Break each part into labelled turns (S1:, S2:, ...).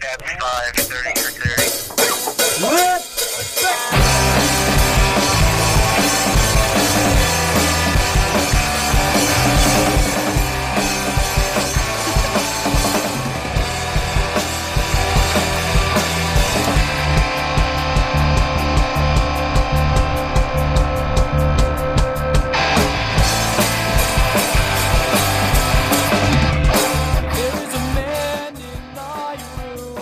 S1: Cab 5, 30 for 30.
S2: There is a man in my room.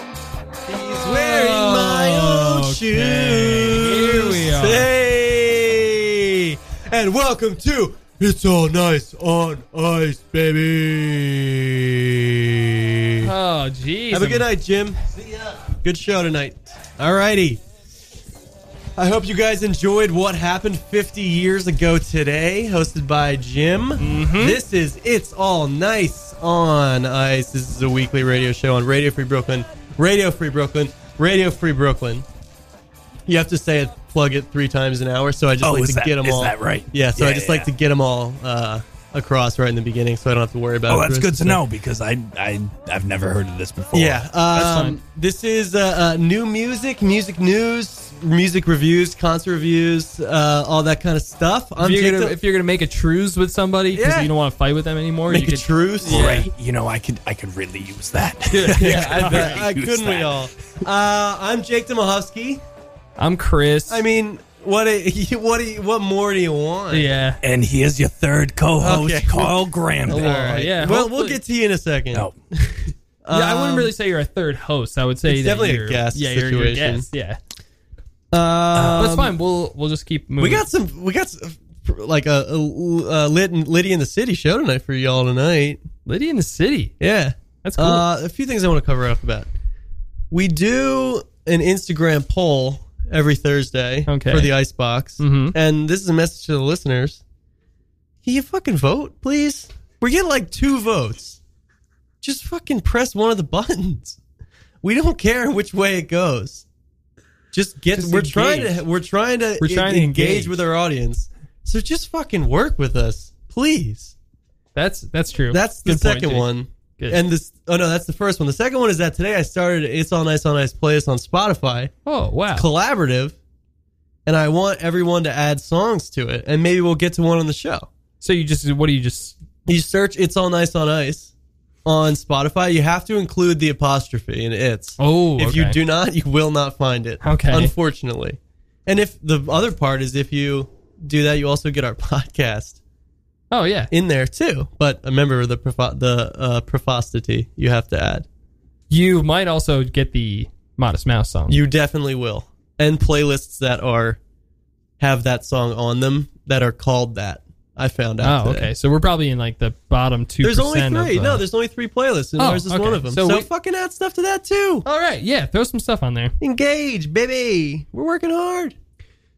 S3: He's wearing my own
S4: Okay,
S3: shoes.
S4: here we are.
S3: Hey, and welcome to It's All Nice on Ice, baby.
S4: Oh, jeez.
S3: Have a good night, Jim. See ya. Good show tonight. All righty. I hope you guys enjoyed what happened 50 years ago today, hosted by Jim.
S2: Mm-hmm.
S3: This is It's All Nice on Ice. This is a weekly radio show on Radio Free Brooklyn, Radio Free Brooklyn, Radio Free Brooklyn. You have to say it, plug it three times an hour, so I just
S2: Oh,
S3: like
S2: is
S3: to
S2: that-
S3: get them
S2: is
S3: all.
S2: that right?
S3: Yeah, so I
S2: Yeah,
S3: just
S2: yeah,
S3: like to get them all uh, across right in the beginning, so I don't have to worry about.
S2: Oh,
S3: it
S2: that's
S3: the
S2: good
S3: rest
S2: to
S3: of the-
S2: know because I I I've never heard of this before.
S3: yeah, um,
S4: fine.
S3: this is uh, uh, new music, music news, music reviews, concert reviews, uh, all that kind of stuff. I'm
S4: If you're,
S3: Jacob.
S4: gonna, if you're gonna make a truce with somebody because
S3: Yeah.
S4: you don't want to fight with them anymore,
S3: Make
S4: you
S3: a
S4: could,
S3: truce.
S2: Great. You know, I could I could really use that.
S3: Yeah, I bet.
S2: Use
S3: Uh, couldn't we
S2: that.
S3: all? Uh, I'm Jake Demahovsky.
S4: I'm Chris.
S3: I mean, what? Do, what? Do you, what more do you want?
S4: yeah.
S2: And here's your third co-host,
S3: Okay.
S2: Carl Graham.
S3: All right.
S4: yeah,
S3: Well, we'll
S4: hopefully-
S3: get to you in a second.
S2: No.
S4: yeah, I
S3: Um,
S4: wouldn't really say you're a third host. I would say
S3: It's
S4: that
S3: definitely a
S4: you're,
S3: guest
S4: Yeah, you're, you're a
S3: situation.
S4: guest. Yeah,
S3: Um,
S4: Uh, that's fine. We'll we'll just keep moving.
S3: We got some. We got some, like a, a, a lit Liddy in the City show tonight for y'all tonight.
S4: Liddy in the city.
S3: Yeah.
S4: That's cool.
S3: Uh, a few things I want to cover off about. We do an Instagram poll every Thursday
S4: Okay.
S3: for the Icebox.
S4: Mhm.
S3: And this is a message to the listeners. Can you fucking vote, please? We're getting like two votes. Just fucking press one of the buttons. We don't care which way it goes. Just get
S4: Just
S3: we're trying to
S4: engage.
S3: we're trying to
S4: We're trying to engage.
S3: with our audience. So just fucking work with us, please.
S4: that's that's true.
S3: That's the
S4: Good point,
S3: second
S4: Jake.
S3: one.
S4: Good.
S3: And this, oh no, that's the first one. The second one is that today I started It's All Nice on Ice playlist on Spotify,
S4: Oh wow.
S3: collaborative, and I want everyone to add songs to it, and maybe we'll get to one on the show.
S4: So you just what do you just?
S3: You search It's All Nice on Ice on Spotify. You have to include the apostrophe in it's.
S4: Oh,
S3: if you
S4: okay.
S3: do not, you will not find it.
S4: Okay.
S3: Unfortunately. And if the other part is if you do that, you also get our podcast
S4: Oh yeah.
S3: in there too. But remember the profo- the uh, profostity you have to add.
S4: You might also get the Modest Mouse song.
S3: You definitely will. And playlists that are have that song on them that are called that. I found out.
S4: oh
S3: today.
S4: okay. So we're probably in like the bottom two.
S3: There's only
S4: Of
S3: three.
S4: the-
S3: No, there's only three playlists, and
S4: Oh,
S3: ours is
S4: okay.
S3: one of them. So,
S4: So we-
S3: fucking add stuff to that too.
S4: All right. Yeah. Throw some stuff on there.
S3: Engage, baby. We're working hard.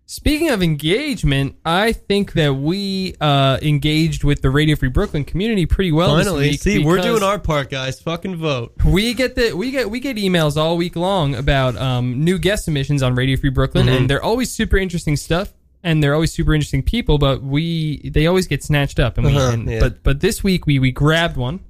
S4: Speaking of engagement, I think that we uh, engaged with the Radio Free Brooklyn community pretty well. this
S3: Finally,
S4: week
S3: see, we're doing
S4: because-
S3: our part, guys. Fucking vote.
S4: We get the we get we get emails all week long about um, new guest submissions on Radio Free Brooklyn,
S3: Mm-hmm.
S4: and they're always super interesting stuff, and they're always super interesting people. But we they always get snatched up, and we
S3: Uh-huh,
S4: and,
S3: yeah.
S4: but but this week we we grabbed one.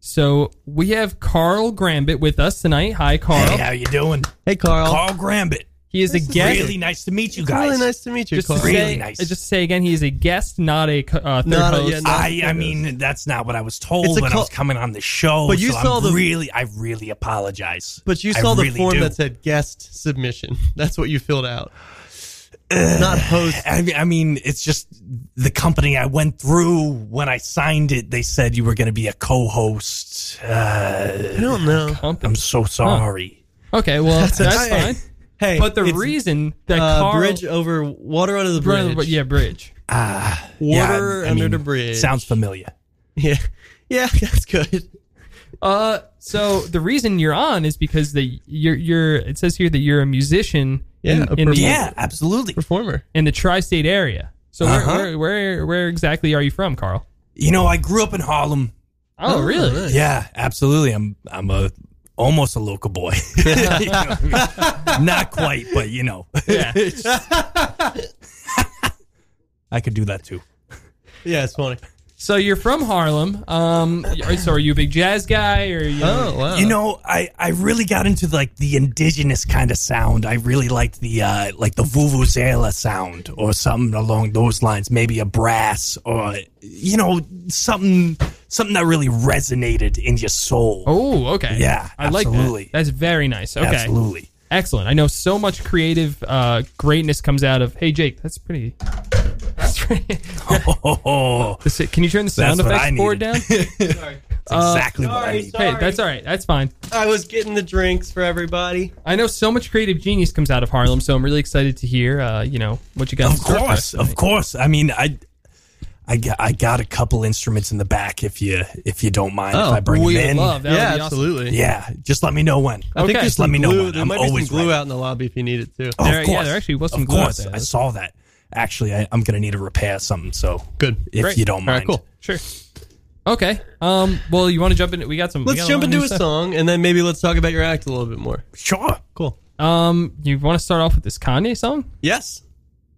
S4: So we have Carl Grambit with us tonight. Hi, Carl.
S2: Hey, how you doing?
S3: Hey, Carl.
S2: Carl Grambit.
S4: He is a guest.
S2: Really nice to meet you guys.
S3: really nice to meet you,
S4: just
S3: Carl.
S4: to
S2: Really
S4: say,
S2: nice.
S4: Just to say again, he is a guest, not a co- uh, third
S3: Not a-
S4: host.
S3: yeah, not-
S2: I, I mean, that's not what I was told
S3: It's a
S2: when I
S3: col-
S2: was coming on the show.
S3: But you
S2: so
S3: saw
S2: I'm
S3: the-
S2: really, I really apologize.
S3: But you
S2: I
S3: saw the
S2: really
S3: form
S2: do.
S3: that said guest submission. That's what you filled out. Not host.
S2: I mean, I mean, it's just the company I went through when I signed it. They said you were going to be a co-host.
S3: I
S2: Uh,
S3: don't know.
S2: I'm so sorry.
S4: Okay, well that's,
S3: That's
S4: fine.
S3: Hey,
S4: But the
S3: it's,
S4: reason that
S3: uh,
S4: Carl
S3: bridge over water under the
S4: Bridge-
S3: bridge.
S4: yeah, bridge.
S3: Water
S2: I- I
S3: under
S2: mean,
S3: the bridge.
S2: Sounds familiar.
S3: Yeah, yeah, that's good.
S4: Uh, so the reason you're on is because the you're you're it says here that you're a musician
S3: Yeah,
S4: in,
S3: a
S4: in the
S2: Yeah, absolutely.
S3: Performer.
S4: in the tri-state area. So where,
S2: Uh-huh.
S4: where where where exactly are you from, Carl?
S2: You know, I grew up in Harlem.
S4: Oh, really?
S2: Yeah, absolutely. I'm I'm a almost a local boy. You know what I mean? Not quite, but you know.
S4: Yeah.
S2: I could do that too.
S3: Yeah, it's funny.
S4: So you're from Harlem. Um, are- so are you a big jazz guy or? You
S3: Oh wow.
S2: You know, I, I really got into like the indigenous kind of sound. I really liked the uh, like the vuvuzela sound or something along those lines. Maybe a brass or you know something something that really resonated in your soul.
S4: Oh, okay.
S2: Yeah,
S4: I like
S2: absolutely.
S4: that. That's very nice. Okay,
S2: absolutely.
S4: excellent. I know so much creative uh, greatness comes out of. Hey, Jake, that's pretty. That's pretty.
S2: Oh,
S4: That's it. Can you turn the sound
S2: That's what I
S4: effects forward down?
S2: needed.
S4: hey, Uh,
S2: that's exactly what I
S3: sorry,
S2: need.
S3: sorry.
S4: that's all right. That's fine.
S3: I was getting the drinks for everybody.
S4: I know so much creative genius comes out of Harlem, so I'm really excited to hear, uh, you know, what you got. in
S2: Of
S4: store for us
S2: course, of
S4: tonight.
S2: course. I mean, I. I got, I got a couple instruments in the back if you if you don't mind
S3: Oh,
S2: if I bring
S4: We
S2: them
S4: would
S2: in.
S4: love that. would be awesome.
S2: Yeah, just let me know when.
S4: Okay.
S3: there's
S4: Just
S2: let
S3: some
S2: me know
S3: glue-
S2: when.
S3: There
S2: I'm
S3: might be some
S2: always
S3: glue
S2: ready.
S3: out in the lobby if you need it too.
S2: Oh,
S4: There-
S2: of
S4: yeah,
S2: course.
S4: there actually was some
S2: of
S4: glue out
S2: course.
S4: there.
S2: I saw that. Actually, I, I'm going to need to repair something. So
S3: Good.
S2: if
S4: Great.
S2: you don't
S3: All right,
S2: mind.
S3: cool.
S4: Sure. Okay. Um. Well, you want to jump in? We got some. we
S3: Let's
S4: got
S3: jump
S4: lot of
S3: into
S4: new
S3: a
S4: stuff.
S3: song and then maybe let's talk about your act a little bit more.
S2: Sure.
S3: Cool.
S4: Um. You want to start off with this Kanye song?
S3: Yes.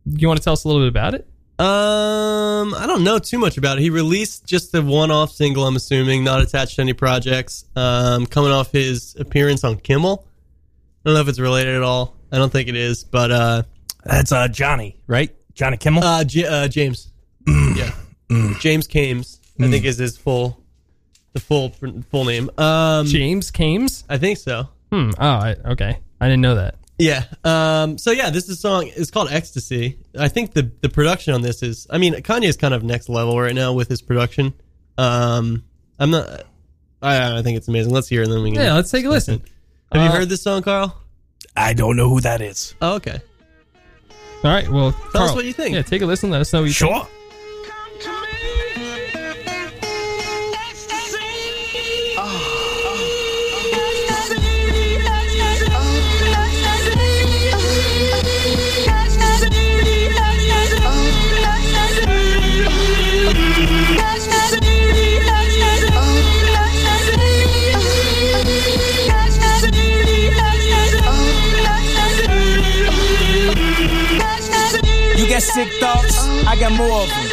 S4: You want to tell us a little bit about it?
S3: Um, I don't know too much about it. He released just a one-off single, I'm assuming, not attached to any projects. Um, coming off his appearance on Kimmel. I don't know if it's related at all. I don't think it is, but uh,
S2: That's uh, Johnny, right? Johnny Kimmel.
S3: uh, J- uh James, yeah, James Kames, I think is his full, the full full name. Um,
S4: James Kames.
S3: I think so.
S4: Hmm. Oh. I, okay. I didn't know that.
S3: Yeah. Um, so yeah, this is a song. It's called Ecstasy. I think the the production on this is. I mean, Kanye is kind of next level right now with his production. Um, I'm not. I, I think it's amazing. Let's hear it, and then we can.
S4: Yeah. Let's take a listen.
S3: Hmm. Have you
S4: uh,
S3: heard this song, Carl?
S2: I don't know who that is.
S3: Oh, okay.
S4: All right. Well, tell
S3: us what you think.
S4: Yeah. Take a listen. Let us know what you think.
S2: Sure.
S5: You got sick thoughts, I got more of them.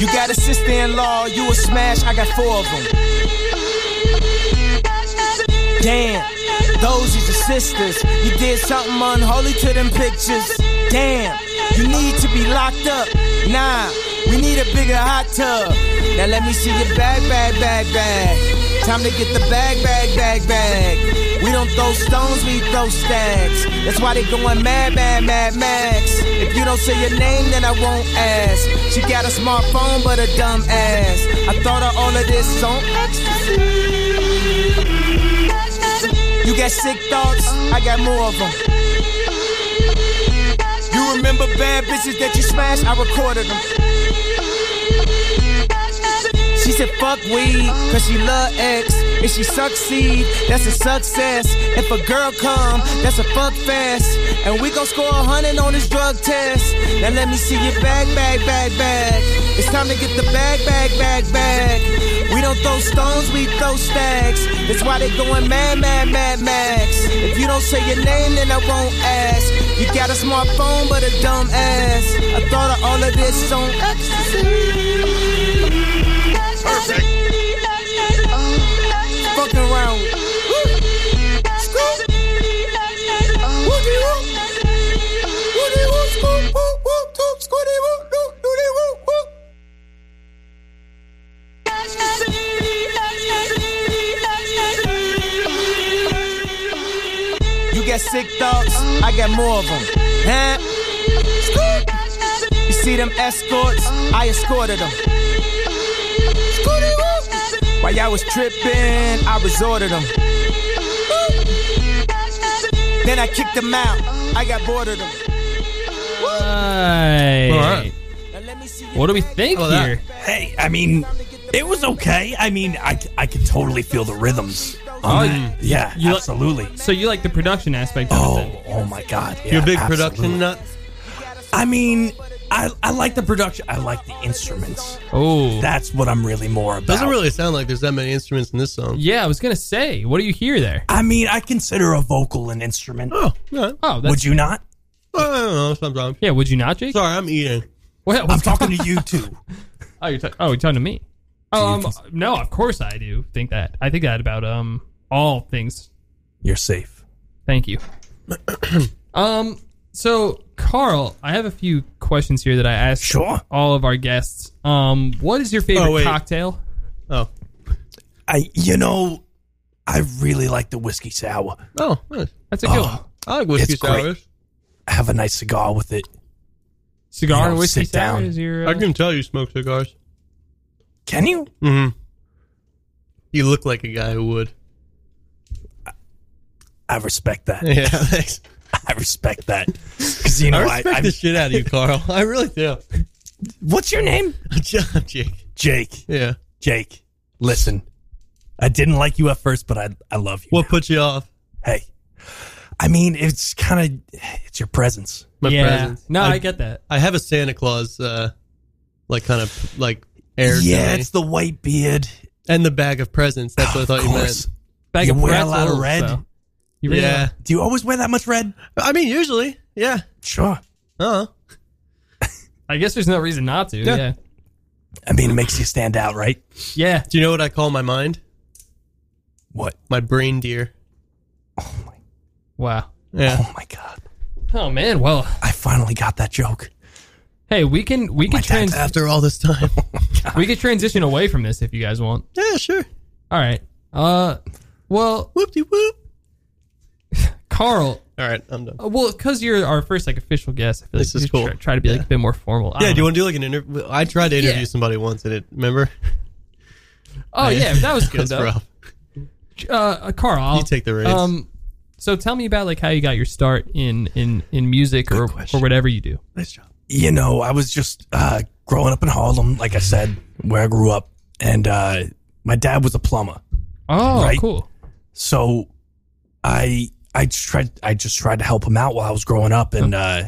S5: You got a sister in law, you a smash, I got four of them. Damn, those is your sisters. You did something unholy to them pictures. Damn, you need to be locked up. Nah, we need a bigger hot tub. Now let me see your bag, bag, bag, bag. Time to get the bag, bag, bag, bag. We don't throw stones, we throw stacks. That's why they going mad, mad, mad, max. If you don't say your name, then I won't ask. She got a smartphone, but a dumb ass. I thought of all of this on You got sick thoughts, I got more of them. You remember bad bitches that you smashed? I recorded them. She said, fuck weed, cause she love X. If she succeed, that's a success. If a girl come, that's a fuck fest. And we gon' score a hundred on this drug test. Now let me see your bag, bag, bag, bag. It's time to get the bag, bag, bag, bag. We don't throw stones, we throw stacks. That's why they going mad, mad, mad, max. If you don't say your name, then I won't ask. You got a smartphone, but a dumb ass. I thought of all of this on
S1: Perfect.
S5: fucking around. with. You got sick thoughts, I got more of them. Huh? You see them escorts, I escorted them. While y'all was tripping, I resorted them. Then I kicked them out, I got bored of them.
S4: Right.
S3: All right.
S5: Now let me see your
S4: What do we
S5: bag,
S4: think
S3: Oh, that-
S4: here?
S2: Hey, I mean, it was okay. I mean, I, I could totally feel the rhythms.
S4: Oh,
S2: Um,
S4: you-
S2: yeah,
S4: you like-
S2: absolutely.
S4: So you like the production aspect of it? then?
S2: Oh, oh my God. Yeah,
S3: You're a big
S2: absolutely.
S3: production nut.
S2: I mean, I, I like the production. I like the instruments.
S4: Oh.
S2: That's what I'm really more about.
S3: Doesn't really sound like there's that many instruments in this song.
S4: yeah. I was gonna say. What do you hear there?
S2: I mean, I consider a vocal an instrument.
S3: Oh, all right.
S4: Oh, that's
S2: Would you not?
S3: I don't know, sometimes.
S4: Yeah, would you not, Jake?
S3: Sorry, I'm eating.
S4: Well,
S2: I'm talking to you too.
S4: oh, you're ta- oh, you're talking to me. Um, no, of course I do think that. I think that about um all things.
S2: You're safe.
S4: Thank you. um, so Carl, I have a few questions here that I asked
S2: Sure.
S4: all of our guests. Um, what is your favorite
S3: Oh, wait.
S4: cocktail?
S3: Oh.
S2: I, you know, I really like the whiskey sour.
S3: Oh, nice.
S4: That's a good
S2: Oh.
S4: one.
S3: I like whiskey
S2: It's great.
S3: sours.
S2: Have a nice cigar with it.
S4: Cigar
S2: Yeah,
S4: and whiskey
S2: sit
S4: sour
S2: down.
S4: is your.
S3: I
S4: uh,
S3: can tell you smoke cigars.
S2: Can you?
S3: Mm-hmm. You look like a guy who would.
S2: I respect that.
S3: Yeah, thanks.
S2: I respect that. Because you know,
S3: I
S2: I
S3: respect
S2: I-
S3: the shit out of you, Carl. I really do.
S2: what's your name?
S3: John Jake.
S2: Jake.
S3: Yeah.
S2: Jake. Listen, I didn't like you at first, but I I love you.
S3: What put you off?
S2: hey, I mean, it's kind of it's your presence.
S3: My
S4: yeah.
S3: presence.
S4: No, I, get that.
S3: I have a Santa Claus, uh, like kind of like air.
S2: yeah,
S3: today.
S2: it's the white beard.
S3: and the bag of presents. That's what I thought
S2: of
S3: you
S2: course.
S3: meant.
S4: Bag
S2: You
S4: of
S2: wear a lot of
S4: pretzels,
S2: red.
S4: so. You really
S3: Yeah.
S2: Do you always wear that much red?
S3: I mean, usually, yeah.
S2: Sure.
S3: Uh huh.
S4: I guess there's no reason not to.
S3: Yeah.
S4: Yeah. Yeah.
S2: I mean, it makes you stand out, right?
S3: Do you know what I call my mind?
S2: What?
S3: My brain deer.
S4: Wow.
S3: Yeah.
S2: Oh my god!
S4: Oh man. Well,
S2: I finally got that joke.
S4: hey, we can we can
S2: My dad's
S4: trans
S3: After all this time.
S4: we could transition away from this if you guys want.
S3: yeah, sure.
S4: All right. Uh, well,
S3: Whoop de whoop.
S4: Carl.
S3: All right, I'm done.
S4: uh, Well, because you're our first like official guest, I feel like
S3: This
S4: we
S3: is
S4: should
S3: cool.
S4: Try, try to be like a bit more formal. I
S3: Yeah, do you
S4: don't
S3: want to do like an interview? I tried to interview
S4: Yeah.
S3: somebody once and it, remember?
S4: know. Oh yeah, that was good
S3: That's
S4: though.
S3: rough.
S4: Uh, uh, Carl, I'll-
S3: You take the reins.
S4: Um, so tell me about like how you got your start in in in music or
S3: question.
S4: or whatever you do.
S3: Nice job.
S2: you know, I was just uh, growing up in Harlem, like I said, where I grew up, and uh, my dad was a plumber.
S4: Oh,
S2: Right.
S4: cool.
S2: So I I just tried I just tried to help him out while I was growing up, and uh,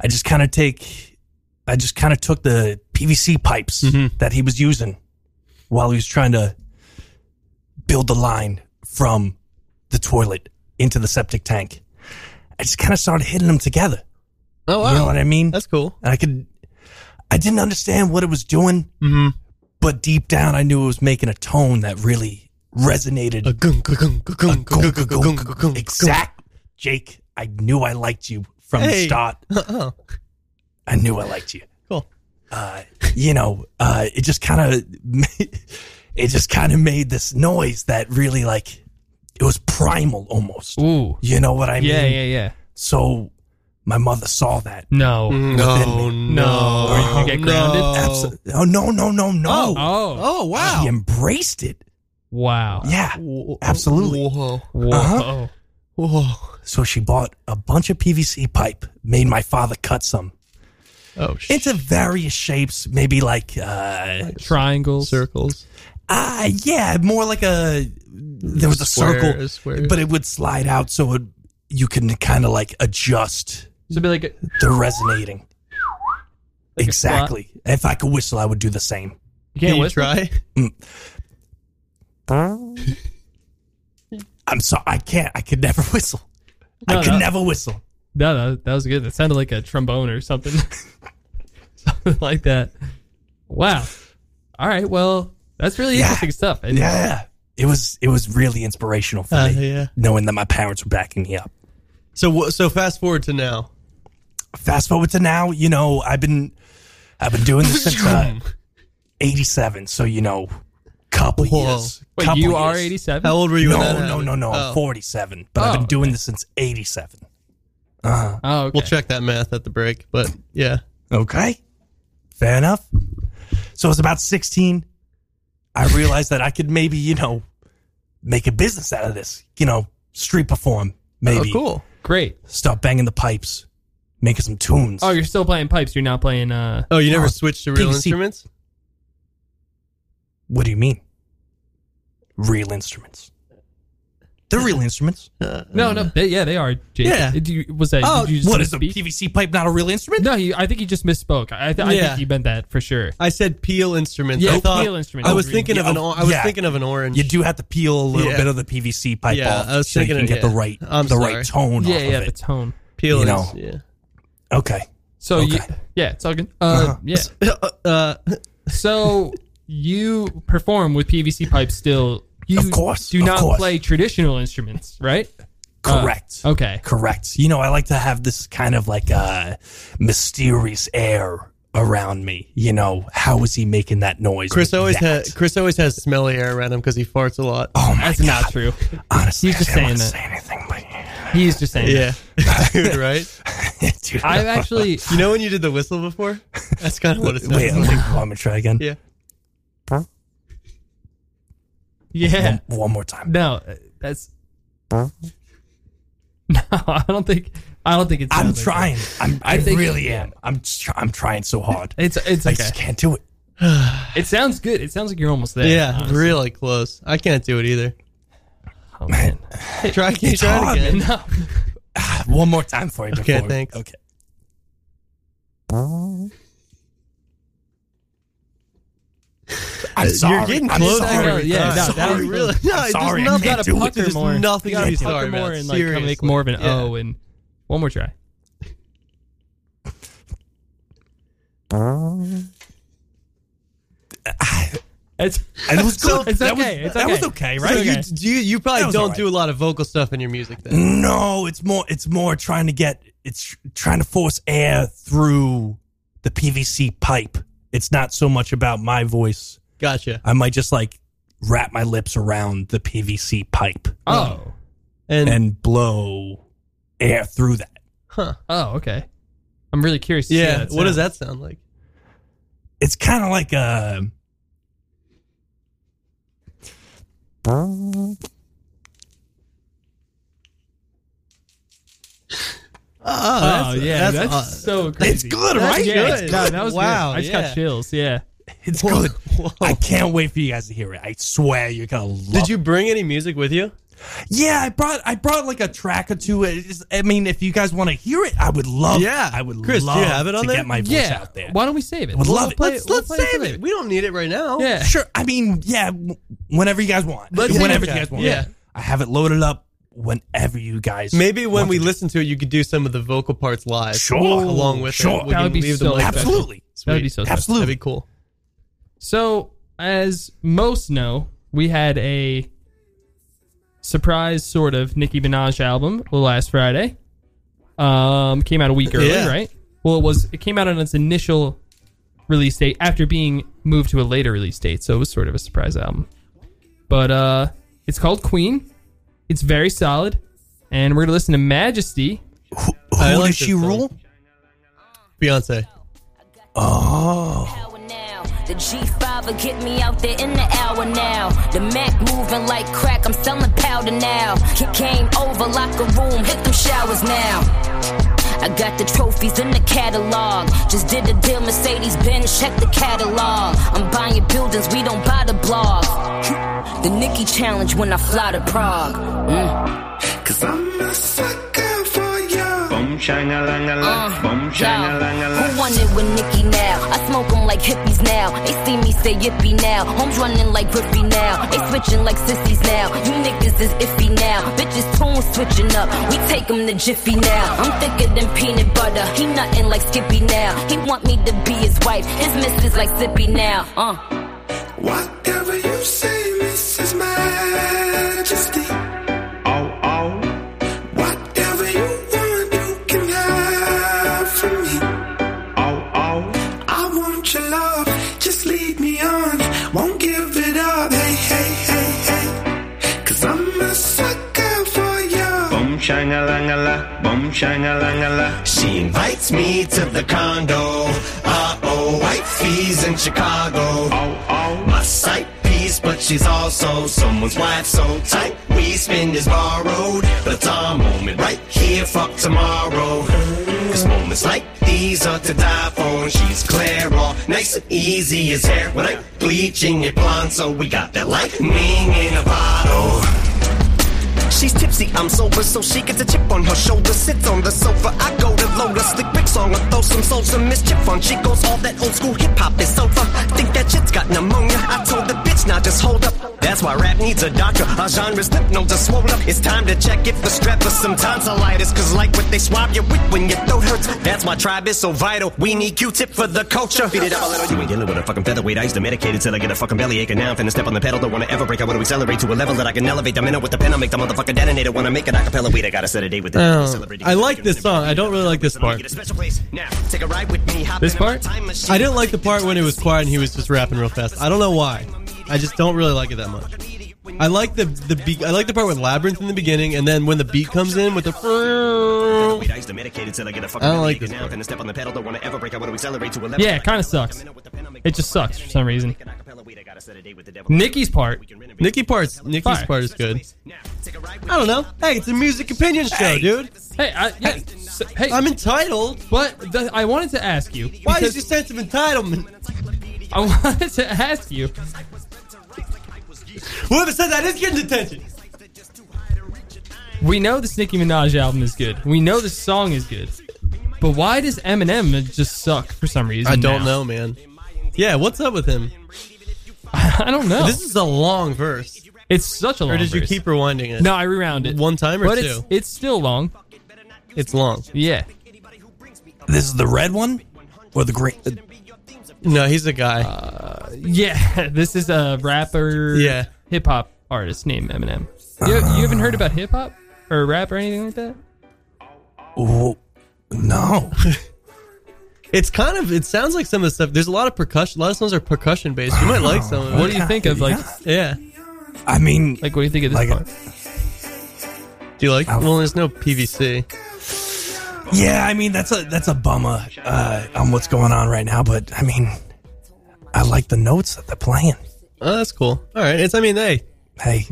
S2: I just kind of take I just kind of took the PVC pipes
S3: Mm-hmm.
S2: that he was using while he was trying to build the line from the toilet into the septic tank. I just kind of started hitting them together.
S3: Oh, wow.
S2: You know what I mean?
S3: That's cool.
S2: and I could I didn't understand what it was doing, but deep down I knew it was making a tone that really resonated. Exact Jake, I knew I liked you from the
S3: Hey.
S2: start.
S3: Oh,
S2: I knew I liked you.
S3: cool.
S2: Uh, you know, uh, it just kind of it just kind of made this noise that really like it was primal almost.
S4: Ooh.
S2: You know what I
S4: Yeah,
S2: mean?
S4: yeah, yeah.
S2: So my mother saw that.
S4: No.
S3: No,
S4: No. Or you can get grounded.
S2: Absolutely. Oh no, no, no, no.
S4: Oh.
S3: Oh, wow.
S2: He embraced it.
S4: Wow.
S2: Yeah.
S3: Whoa.
S2: Absolutely.
S3: Whoa.
S4: Whoa.
S2: Uh-huh.
S3: Whoa.
S2: So she bought a bunch of PVC pipe, made my father cut some
S3: Oh, shit.
S2: into various shapes, maybe like, uh,
S4: Triangles.
S3: Circles.
S2: ah, yeah, more like a, there was a
S3: Square,
S2: circle,
S3: square.
S2: but it would slide out so it, you can kind of like adjust
S4: So be like, a-
S2: the resonating.
S4: a
S2: exactly. If I could whistle, I would do the same.
S4: you can't
S3: Can you
S4: whistle?
S3: try?
S2: I'm sorry, I can't, I could never whistle.
S4: No,
S2: I could
S4: no.
S2: never whistle.
S4: No, no, that was good. That sounded like a trombone or something, something like that. Wow. All right. Well, that's really
S2: Yeah.
S4: interesting stuff. And
S2: Yeah. It was, it was really inspirational for
S3: Uh,
S2: me,
S3: yeah.
S2: knowing that my parents were backing me up.
S3: So wha- so fast forward to now.
S2: fast forward to now, you know, I've been I've been doing this since uh, 87, so you know, couple
S3: Whoa.
S2: years.
S4: wait,
S2: couple
S4: you are
S2: years.
S4: eighty-seven.
S3: How old were you?
S2: No,
S3: when that
S2: no,
S3: happened?
S2: no, no.
S3: Oh.
S2: I'm 47, but I've
S4: Oh,
S2: been doing this since 87.
S4: Oh, okay.
S3: We'll check that math at the break, but yeah.
S2: Okay. Fair enough. So I was about 16. I realized that I could maybe, you know, make a business out of this, you know, street perform, maybe.
S3: Oh, cool.
S4: Great.
S2: Start banging the pipes, making some tunes.
S4: Oh, you're still playing pipes. You're not playing. Uh,
S3: Oh, you never
S2: Oh,
S3: switched to real
S2: PVC.
S3: instruments?
S2: What do you mean? Real instruments. They're real instruments.
S4: no, no. They, yeah, they are. Jake.
S3: Yeah.
S4: Did you, was that?
S3: Oh,
S4: did you just
S2: what is a
S4: misspeak?
S2: PVC pipe not a real instrument?
S4: No, he, I think he just misspoke. I, th- I
S3: Yeah.
S4: think he meant that for sure.
S3: I said peel instruments.
S4: Yeah,
S3: I thought
S4: peel instruments.
S3: I was
S4: Yeah,
S3: thinking of an o- I was
S2: Oh, yeah.
S3: thinking of an orange.
S2: You do have to peel a little
S3: Yeah.
S2: bit of the PVC pipe
S3: Yeah,
S2: off
S3: I was
S2: so you
S3: thinking
S2: can
S3: of-
S2: get the
S3: yeah.
S2: right
S3: I'm
S2: the
S3: sorry.
S2: right tone
S4: Yeah,
S2: off
S4: yeah.
S2: of
S4: The
S2: it.
S4: tone.
S3: peel
S2: you
S3: ins-
S2: know.
S3: yeah.
S2: Okay.
S4: So you,
S2: Okay. Uh-huh.
S4: yeah, it's all good. Uh, yeah.
S3: Uh,
S4: So you perform with PVC pipes still. You
S2: Of course,
S4: do
S2: of
S4: not
S2: course.
S4: play traditional instruments, right? Uh,
S2: Correct.
S4: okay.
S2: Correct. You know, I like to have this kind of like uh, mysterious air around me. You know, how is he making that noise?
S3: Chris
S2: with
S3: always
S2: that?
S3: has Chris always has smelly air around him because he farts a lot.
S2: Oh my
S4: That's
S2: god!
S4: not true.
S2: Honestly,
S4: He's
S2: I
S4: just
S2: didn't want to
S4: saying
S2: say anything,
S4: He's just saying.
S3: Yeah, dude, right?
S2: but Dude,
S4: I've actually.
S3: You know when you did the whistle before? That's kind of what it sounds
S2: wait.
S3: like.
S2: wait want me to try again?
S3: Yeah.
S4: Yeah.
S2: One, one more time.
S4: No, uh, that's. No, I don't think. I don't think it's.
S2: I'm trying. I'm, I,
S4: think-
S2: really am. I'm tr- I'm trying so hard.
S4: It's it's
S2: I
S4: okay.
S2: just can't do it.
S4: It sounds good. It sounds like you're almost there.
S3: Yeah,
S4: honestly.
S3: really close. I can't do it either.
S4: Oh, man.
S3: Try, can you
S2: It's
S3: try
S2: hard,
S3: it again?
S4: No.
S2: One more time for you.
S3: Okay,
S2: before we-
S3: thanks.
S2: Okay. I'm sorry.
S3: Uh, You're getting
S2: I'm
S3: close.
S2: sorry.
S4: No, yeah,
S2: I'm
S4: no, that
S2: sorry.
S4: was
S3: really, no, it's
S2: sorry,
S3: There's
S2: I can't
S3: nothing,
S2: do it.
S4: pucker
S3: there's
S4: more.
S3: nothing
S4: you gotta
S3: to be
S4: pucker
S3: sorry
S4: more
S3: about.
S4: and like kinda make
S3: Seriously.
S4: more of an
S3: Yeah.
S4: O and one more try. It's
S2: And it was
S4: So-
S2: good.
S4: it's
S2: That was-
S4: okay, it's
S2: That was
S4: okay.
S2: okay,
S4: It's
S2: right?
S3: So you,
S4: Okay.
S3: do you, you probably
S2: That was
S3: don't
S2: alright.
S3: do a lot of vocal stuff in your music then.
S2: No, it's more. It's more trying to get. It's tr- trying to force air through the PVC pipe. It's not so much about my voice.
S3: Gotcha.
S2: I might just like wrap my lips around the PVC pipe
S4: oh
S3: And,
S2: and blow air through that.
S3: huh.
S4: oh okay. I'm really curious. To
S3: Yeah,
S4: see
S3: what does that sound like?
S2: It's kind of like uh, a.
S4: Oh
S3: that's-
S4: yeah,
S3: that's
S4: that's,
S3: odd.
S4: so crazy.
S2: It's good, right?
S4: Yeah,
S3: good.
S4: it's good. that was
S3: Wow,
S4: Good. I just
S3: yeah.
S4: got chills. Yeah.
S2: It's
S3: Whoa,
S2: good.
S3: whoa.
S2: I can't wait for you guys to hear it. I swear you're gonna love.
S3: Did you bring any music with you?
S2: Yeah, I brought I brought like a track or two. It is- I mean, if you guys want to hear it, I would love.
S3: Yeah.
S2: I would
S3: Chris, do you
S2: love
S3: have it on
S2: to
S3: there?
S2: get my voice
S4: Yeah.
S2: out there.
S4: Why don't we save it?
S2: would love it.
S4: play-
S3: Let's
S4: we'll
S3: let's
S4: play it
S3: save
S4: later.
S3: it. We don't need it right now.
S4: Yeah.
S2: Sure. I mean, yeah, w- whenever you guys want.
S3: Let's take
S2: whenever
S3: it.
S2: you guys want.
S3: Yeah.
S2: I have it loaded up whenever you guys.
S3: Maybe when
S2: want
S3: we
S2: to.
S3: listen to it, you could do some of the vocal parts live.
S2: Sure.
S3: Along with
S2: Sure.
S3: it.
S4: That would be so
S3: like
S4: special.
S2: absolutely,
S4: That would be so. special.
S3: That'd be
S2: absolutely.
S3: cool.
S4: So, as most know, we had a surprise sort of Nicki Minaj album last Friday. Um, came out a week early,
S3: Yeah.
S4: right? Well, it was. It came out on its initial release date after being moved to a later release date, so it was sort of a surprise album. But uh, it's called Queen. It's very solid, and we're gonna listen to Majesty.
S2: Who
S3: I like
S2: does
S3: this
S2: she
S3: song.
S2: rule?
S3: Beyonce.
S2: Oh,
S1: power now. The G5 will get me out there in the hour now. The Mac moving like crack, I'm selling powder now. Kick came over, lock a room, hit them showers now. I got the trophies in the catalog. Just did a deal, Mercedes Benz, check the catalog. I'm buying buildings, we don't buy the blog. The Nicki challenge when I fly to Prague. Mm.
S6: Cause I'm a sucker for you.
S7: Boom shanga langa la, boom shanga langa la.
S1: Who won it with Nicki now? I smoke 'em like hippies now. They see me say yippee now. Homes running like Griffey now. They switching like sissies now. You niggas is iffy now. Bitches tune switching up. We take 'em to Jiffy now. I'm thicker than peanut butter. He nothing like Skippy now. He want me to be his wife. His missus like Sippy now. Uh.
S6: Whatever you say, Mrs. Majesty.
S7: Oh oh,
S6: Whatever you want, you can have from me.
S7: oh oh,
S6: I want your love, just lead me on. Won't give it up. Hey, hey, hey, hey. Cause I'm a sucker for you.
S7: boom shanga langa la, boom shanga langa la.
S8: She invites me to the condo. Uh oh, white fees in Chicago.
S7: Oh oh,
S8: My sight piece, but she's also someone's wife. So tight, we spend is borrowed. But it's our moment right here, fuck tomorrow. Cause moments like these are to die for. And she's clear, all nice and easy as hair. When I'm bleaching it blonde, so we got that lightning in a bottle. She's tipsy, I'm sober, so she gets a chip on her shoulder. Sits on the sofa, I go to load a slick brick song. I throw some soul, some Miss Chip on. She goes, all that old school hip hop is so fun. Think that shit's got pneumonia. I told the bitch, now just hold up. That's That's why rap needs a doctor. Our genre's lip nodes are swollen up. It's time to check if the strep or some tonsillitis. Cause like what they swab you with when your throat hurts. That's why tribe is so vital. We need Q-tip for the culture. Feed it up a little. You ain't dealing with a fucking featherweight. I used to medicate it till I get a fucking bellyache. And now I'm finna step on the pedal. Don't wanna ever break. I wanna accelerate to a level that I can elevate. The minute with the pen, I'll make the motherfucker detonator. Wanna make it acapella weed. I gotta set a date with it.
S4: Um,
S8: Celebrate
S3: Oh, I like this song. I don't really like this part.
S8: Special place. Now, take a ride with me. Hop
S4: This
S8: in a
S4: part?
S8: time machine.
S3: I didn't like the part when it was quiet and he was just rapping real fast. I don't know why. I just don't really like it that much. I like the the be- I like the part with labyrinth in the beginning, and then when the beat comes in with the.
S8: Wait, I used to medicate it till I get a fucking
S3: I don't like
S8: bellyache.
S3: this
S8: Now I'm
S3: part.
S8: finna step on the pedal. Don't wanna ever break. I wanna accelerate to a level.
S4: Yeah, it kinda sucks. It just sucks for some reason. Nikki's part.
S3: Nikki parts. Nikki's
S4: Fire.
S3: part is good. I don't know. Hey, it's a music opinion show, dude.
S4: Hey, I, yeah, so- hey,
S3: I'm entitled.
S4: but the, I wanted to ask you.
S3: Why is
S4: because
S3: your sense of entitlement?
S4: I wanted to ask you.
S3: Whoever said that is getting detention.
S4: We know this Nicki Minaj album is good. We know this song is good. But why does Eminem just suck for some reason?
S3: I don't
S4: now?
S3: know, man. Yeah, what's up with him?
S4: I don't know.
S3: This is a long verse.
S4: it's such a long.
S3: Or did you
S4: verse.
S3: keep rewinding it?
S4: No, I rewound it
S3: One time or
S4: but
S3: two?
S4: It's, it's still long.
S3: It's long.
S4: Yeah.
S2: This is the red one or the green? uh,
S3: No, he's a guy.
S4: Uh. Yeah, this is a rapper,
S3: Yeah.
S4: hip hop artist named Eminem. You, you haven't heard about hip hop or rap or anything like that?
S2: oh, no.
S3: It's kind of. It sounds like some of the stuff. There's a lot of percussion. A lot of songs are percussion based. You might like some of it.
S4: What do you think of like
S2: Yeah.
S3: Yeah.
S2: I mean,
S4: like what do you think of this
S2: Like it.
S4: part?
S3: Do you like?
S4: Oh.
S3: Well, there's no PVC.
S2: yeah, I mean that's a that's a bummer uh, on what's going on right now. But I mean, I like the notes that they're playing.
S3: Oh, that's cool. All right. It's. I mean, hey.
S2: Hey,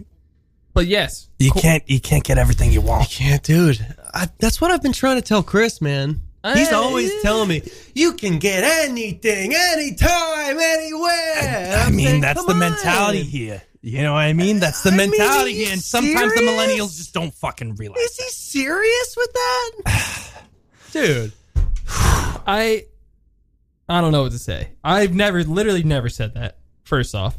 S4: But yes,
S2: you
S4: Cool.
S2: can't you can't get everything you want.
S3: Yeah, dude. I, that's what I've been trying to tell Chris, man. He's
S4: Hey.
S3: always telling me, you can get anything, anytime, anywhere.
S2: I mean, that's the mentality here. You know what I mean? That's the
S3: I mean,
S2: mentality
S3: are you
S2: here. And sometimes the
S3: serious?
S2: millennials just don't fucking realize.
S3: Is he serious with that? dude.
S4: I I don't know what to say. I've never literally never said that. First off.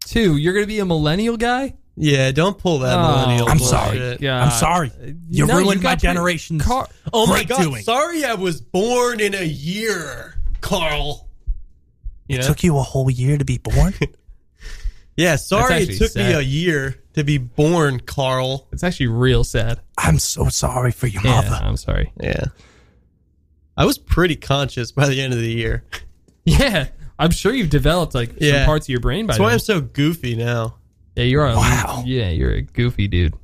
S4: Two, you're gonna be a millennial guy?
S3: Yeah, don't pull that
S4: Oh,
S3: millennial.
S2: I'm
S3: bullshit.
S2: sorry.
S4: Yeah.
S2: I'm sorry. You
S4: uh, No, you
S2: ruined my
S4: got your
S2: generation's
S4: car-
S3: Oh my god.
S2: breakdoing.
S3: Sorry I was born in a year, Carl. You
S2: It
S3: know?
S2: took you a whole year to be born.
S3: yeah, sorry it
S4: actually
S3: took me
S4: sad.
S3: a year to be born, Carl.
S4: It's actually real sad.
S2: I'm so sorry for your
S4: Yeah,
S2: mother.
S4: I'm sorry.
S3: Yeah. I was pretty conscious by the end of the year.
S4: Yeah. I'm sure you've developed like
S3: Yeah.
S4: some parts of your brain by
S3: That's why
S4: then.
S3: I'm so goofy now.
S4: Yeah, you're a
S2: Wow.
S4: um, yeah, you're a goofy dude.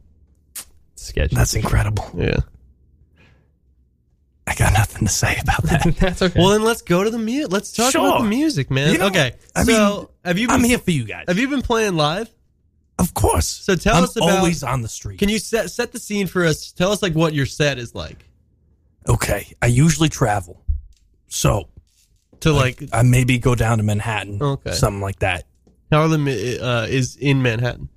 S4: Sketchy.
S2: That's incredible.
S3: Yeah.
S2: I got nothing to say about that.
S4: That's okay.
S3: Well, then let's go to the music. Let's talk
S2: Sure.
S3: about the music, man.
S2: You know,
S3: okay.
S2: I
S3: so,
S2: mean,
S3: have you been,
S2: I'm here for you guys.
S3: have you been playing live?
S2: Of course. So
S3: tell
S2: I'm
S3: us about-
S2: always on the street.
S3: Can you set set the scene for us? Tell us like what your set is like
S2: okay. I usually travel. So
S3: to like
S2: I maybe go down to Manhattan.
S3: Okay.
S2: Something like that.
S3: Harlem uh, is in Manhattan.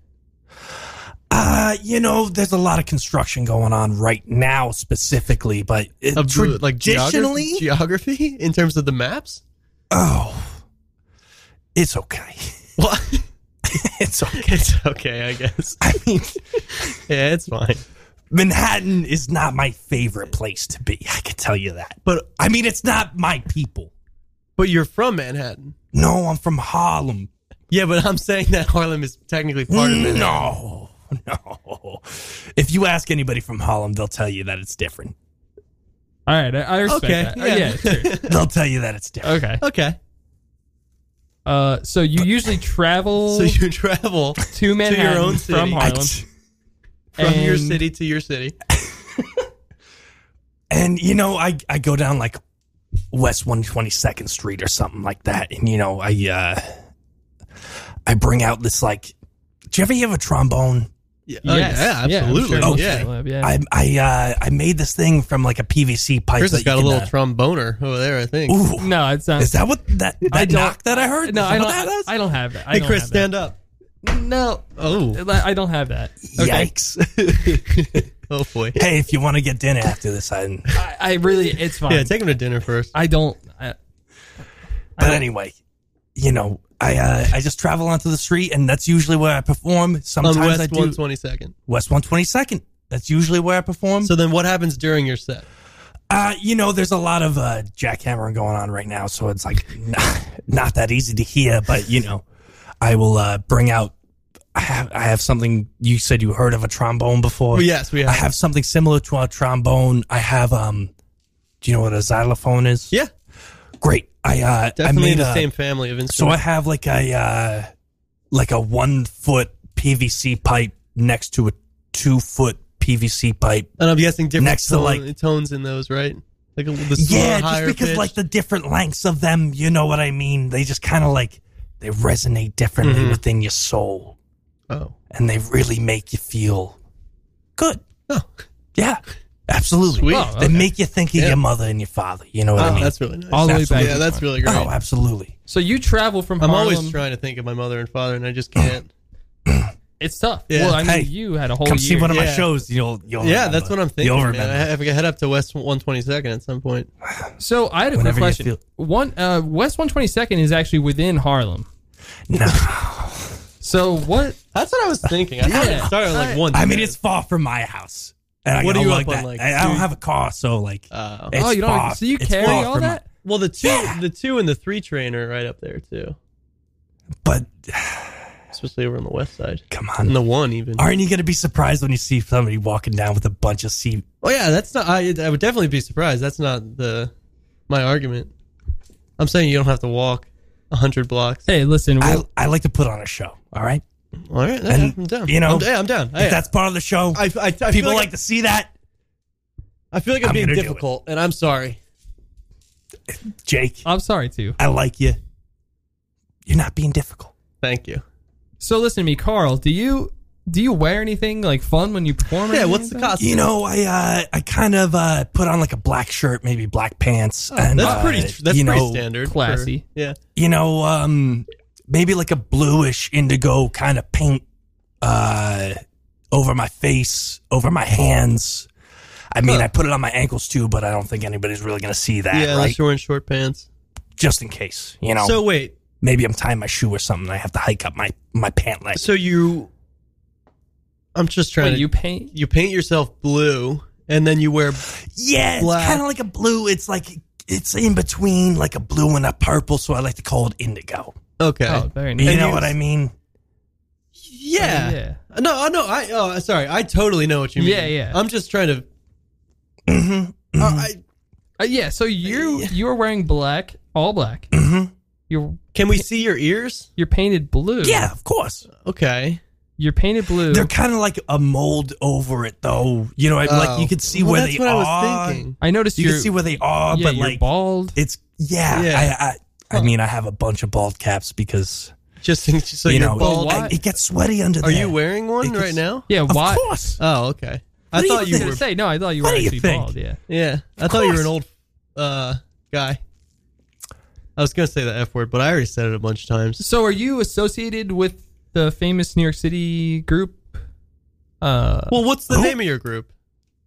S2: Uh, you know, there's a lot of construction going on right now specifically, but it,
S3: Of the, like
S2: traditionally,
S3: geography, geography in terms of the maps.
S2: oh, it's okay.
S3: What?
S2: It's okay.
S3: it's okay, I guess.
S2: I mean,
S3: Yeah, it's fine.
S2: Manhattan is not my favorite place to be. I can tell you that. But I mean, it's not my people.
S3: But you're from Manhattan.
S2: No, I'm from Harlem.
S3: Yeah, but I'm saying that Harlem is technically part of Manhattan.
S2: No, no. If you ask anybody from Harlem, they'll tell you that it's different.
S4: All right, I, I respect
S3: Okay,
S4: that. Oh,
S3: yeah.
S4: Yeah, sure.
S2: They'll tell you that it's different.
S4: okay.
S3: Okay,
S4: Uh, so you usually travel
S3: so you travel
S4: to
S3: your
S4: Manhattan
S3: own city.
S4: from
S2: I-
S4: Harlem,
S3: from your
S4: and-
S3: city to your city.
S2: and you know, I I go down like West 122nd Street or something like that, and you know, I uh, I bring out this like. Do you ever hear of a trombone?
S3: Yeah,
S4: Yes.
S3: oh, yeah, absolutely.
S4: Yeah, I'm sure most
S3: yeah.
S4: people have, yeah.
S2: I I uh, I made this thing from like a PVC pipe.
S3: Chris has
S2: that
S3: got a
S2: you
S3: little
S2: can,
S3: tromboner over there, I think.
S2: uh, Ooh,
S4: no, it's not.
S2: is that what that
S4: I
S2: that
S4: don't-
S2: knock that I heard?
S4: No,
S2: Is
S4: I
S2: that
S4: don't.
S2: what that is?
S4: I don't have that. I
S3: Hey,
S4: don't
S3: Chris,
S4: have
S3: stand up.
S4: That. No,
S3: Oh,
S4: I I don't have that. Okay.
S2: Yikes!
S3: oh boy.
S2: hey, if you want to get dinner after this, I.
S4: I, I really, it's fine.
S3: Yeah, take him to dinner first. Uh-huh.
S4: I don't. I,
S2: But anyway, you know, I uh, I just travel onto the street, and that's usually where I perform. Sometimes
S3: on
S2: I
S3: West
S2: do
S3: Um, One Twenty Second.
S2: West One Twenty Second. That's usually where I perform.
S3: So then, what happens during your set?
S2: Uh, you know, there's a lot of uh, jackhammering going on right now, so it's like not, not that easy to hear. But you know, I will uh, bring out. I have I have something. You said you heard of a trombone before.
S3: Well, Oh, yes, we have.
S2: I have something similar to a trombone. I have um. Do you know what a xylophone is?
S3: Yeah,
S2: Great. I uh, I
S3: definitely
S2: made
S3: in the
S2: a-
S3: same family of instruments.
S2: So I have like a uh, like a one foot PVC pipe next to a two foot PVC pipe
S3: and I'm guessing different
S2: Next to,
S3: tone-
S2: like-
S3: tones in those, right? Like a, the
S2: Yeah,
S3: slower, higher
S2: just because
S3: pitch.
S2: like the different lengths of them, you know what I mean. They just kind of like they resonate differently
S3: Mm-hmm.
S2: within your soul,
S3: oh,
S2: and they really make you feel good.
S3: oh,
S2: Yeah, absolutely.
S3: Sweet.
S4: Oh,
S2: They
S4: okay.
S2: make you think of
S3: Yeah.
S2: your mother and your father. You know what I
S3: oh
S2: mean?
S3: that's really nice.
S4: All the way back.
S2: Absolutely.
S3: yeah, that's really great.
S2: oh, absolutely.
S4: So you travel from
S3: I'm
S4: Harlem.
S3: always trying to think of my mother and father, and I
S2: Oh,
S3: just can't.
S4: It's tough.
S3: Yeah.
S4: Well, I mean,
S2: Hey,
S4: you had a whole
S2: Come
S4: year.
S2: see one of my
S3: Yeah.
S2: shows. You'll, you'll
S3: yeah,
S2: remember.
S3: that's what I'm thinking.
S2: You'll
S3: man.
S2: remember.
S3: I have to head up to West 122nd at some point.
S4: so I had a quick
S2: Whenever you
S4: question.
S2: feel-
S4: One uh, West 122nd is actually within Harlem.
S2: No.
S4: So what?
S3: That's what I was thinking. I thought it
S4: Yeah.
S3: started like one.
S2: I mean, it's far from my house. And I
S3: What are
S2: gotta
S3: you
S2: like
S3: up on,
S2: that.
S3: like,
S2: I, I don't
S3: two-
S2: have a car, so like,
S3: Oh.
S2: it's
S4: oh, you don't.
S2: far-
S4: so you
S2: it's
S4: carry
S2: far
S4: all
S2: from my-
S4: that?
S3: well, the two,
S2: Yeah.
S3: the two, and the three train are right up there too,
S2: but
S3: especially over on the west side.
S2: come
S3: And
S2: on,
S3: the one even.
S2: aren't you gonna be surprised when you see somebody walking down with a bunch of C
S3: Oh yeah, that's not. I, I would definitely be surprised. That's not the my argument. I'm saying you don't have to walk hundred blocks.
S4: Hey, listen.
S2: I,
S4: we'll-
S2: I like to put on a show. All right,
S3: All right, yeah,
S2: And,
S3: I'm down.
S2: you know,
S3: I'm, Oh, yeah, I'm down.
S2: if that's part of the show.
S3: I, I, I feel
S2: people like,
S3: like,
S2: to see that.
S3: I feel like I'm,
S2: I'm
S3: being
S2: gonna do it.
S3: difficult, and I'm sorry.
S2: Jake,
S4: I'm sorry too.
S2: I like you. You're not being difficult.
S3: Thank you.
S4: So listen to me, Carl. Do you do you wear anything like fun when you perform? or
S3: Yeah,
S4: anything
S3: what's the
S4: like that?
S3: cost?
S2: You know, I uh, I kind of uh, put on like a black shirt, maybe black pants. and,
S3: Oh, That's
S2: uh,
S3: pretty. That's
S2: you
S3: pretty
S2: know,
S3: standard. for-
S4: classy.
S3: yeah.
S2: you know, um, maybe like a bluish indigo kind of paint uh, over my face, over my hands. I mean, I put it on my ankles too, but I don't think anybody's really going to see that,
S3: Yeah,
S2: right?
S3: unless you're wearing short pants.
S2: Just in case, you know.
S3: So wait,
S2: maybe I'm tying my shoe or something. I have to hike up my my pant leg.
S3: so you? I'm just trying
S4: Wait,
S3: to.
S4: you paint?
S3: you paint yourself blue, and then you wear.
S2: yeah,
S3: Black.
S2: it's kind of like a blue. It's like it's in between like a blue and a purple, so I like to call it indigo.
S3: Okay.
S4: Oh, very
S2: You
S4: nice.
S2: know what I mean?
S3: Yeah. No, no, I oh sorry, I totally know what you mean.
S4: oh, Yeah, yeah.
S3: I'm just trying to. Uh, I-
S4: Uh, yeah. So you you are wearing black, all black.
S2: Mm-hmm.
S4: You're
S3: can we see your ears?
S4: you're painted blue.
S2: Yeah, of course.
S3: Okay.
S4: You're painted blue.
S2: They're kind of like a mold over it, though. You know, I- like you
S3: Oh.
S2: could see
S3: Well,
S2: where
S3: that's
S2: they
S3: what
S2: are.
S3: I was thinking.
S4: I noticed
S2: You
S4: you're,
S2: can see where they are,
S4: yeah,
S2: but
S4: you're
S2: like
S4: bald.
S2: it's yeah.
S3: Yeah.
S2: I, I, I mean, I have a bunch of bald caps because
S3: Just think, so
S2: you
S3: you're
S2: know
S3: bald.
S4: Why-
S2: I- it gets sweaty under
S3: Are
S2: there.
S3: you wearing one
S2: Because-
S3: right now?
S4: Yeah.
S2: Of
S4: Why?
S2: course.
S3: Oh, okay. I
S2: do you
S3: thought you,
S2: think?
S4: I
S3: were.
S4: was gonna say no. I thought you were
S2: What do you
S4: actually
S2: think?
S4: bald. Yeah.
S3: Yeah, I thought you were
S2: course.
S3: an old uh, guy. I was gonna say the f word, but I already said it a bunch of times.
S4: So are you associated with the famous New York City group? Uh,
S3: Well, what's the
S2: Who?
S3: name of your group?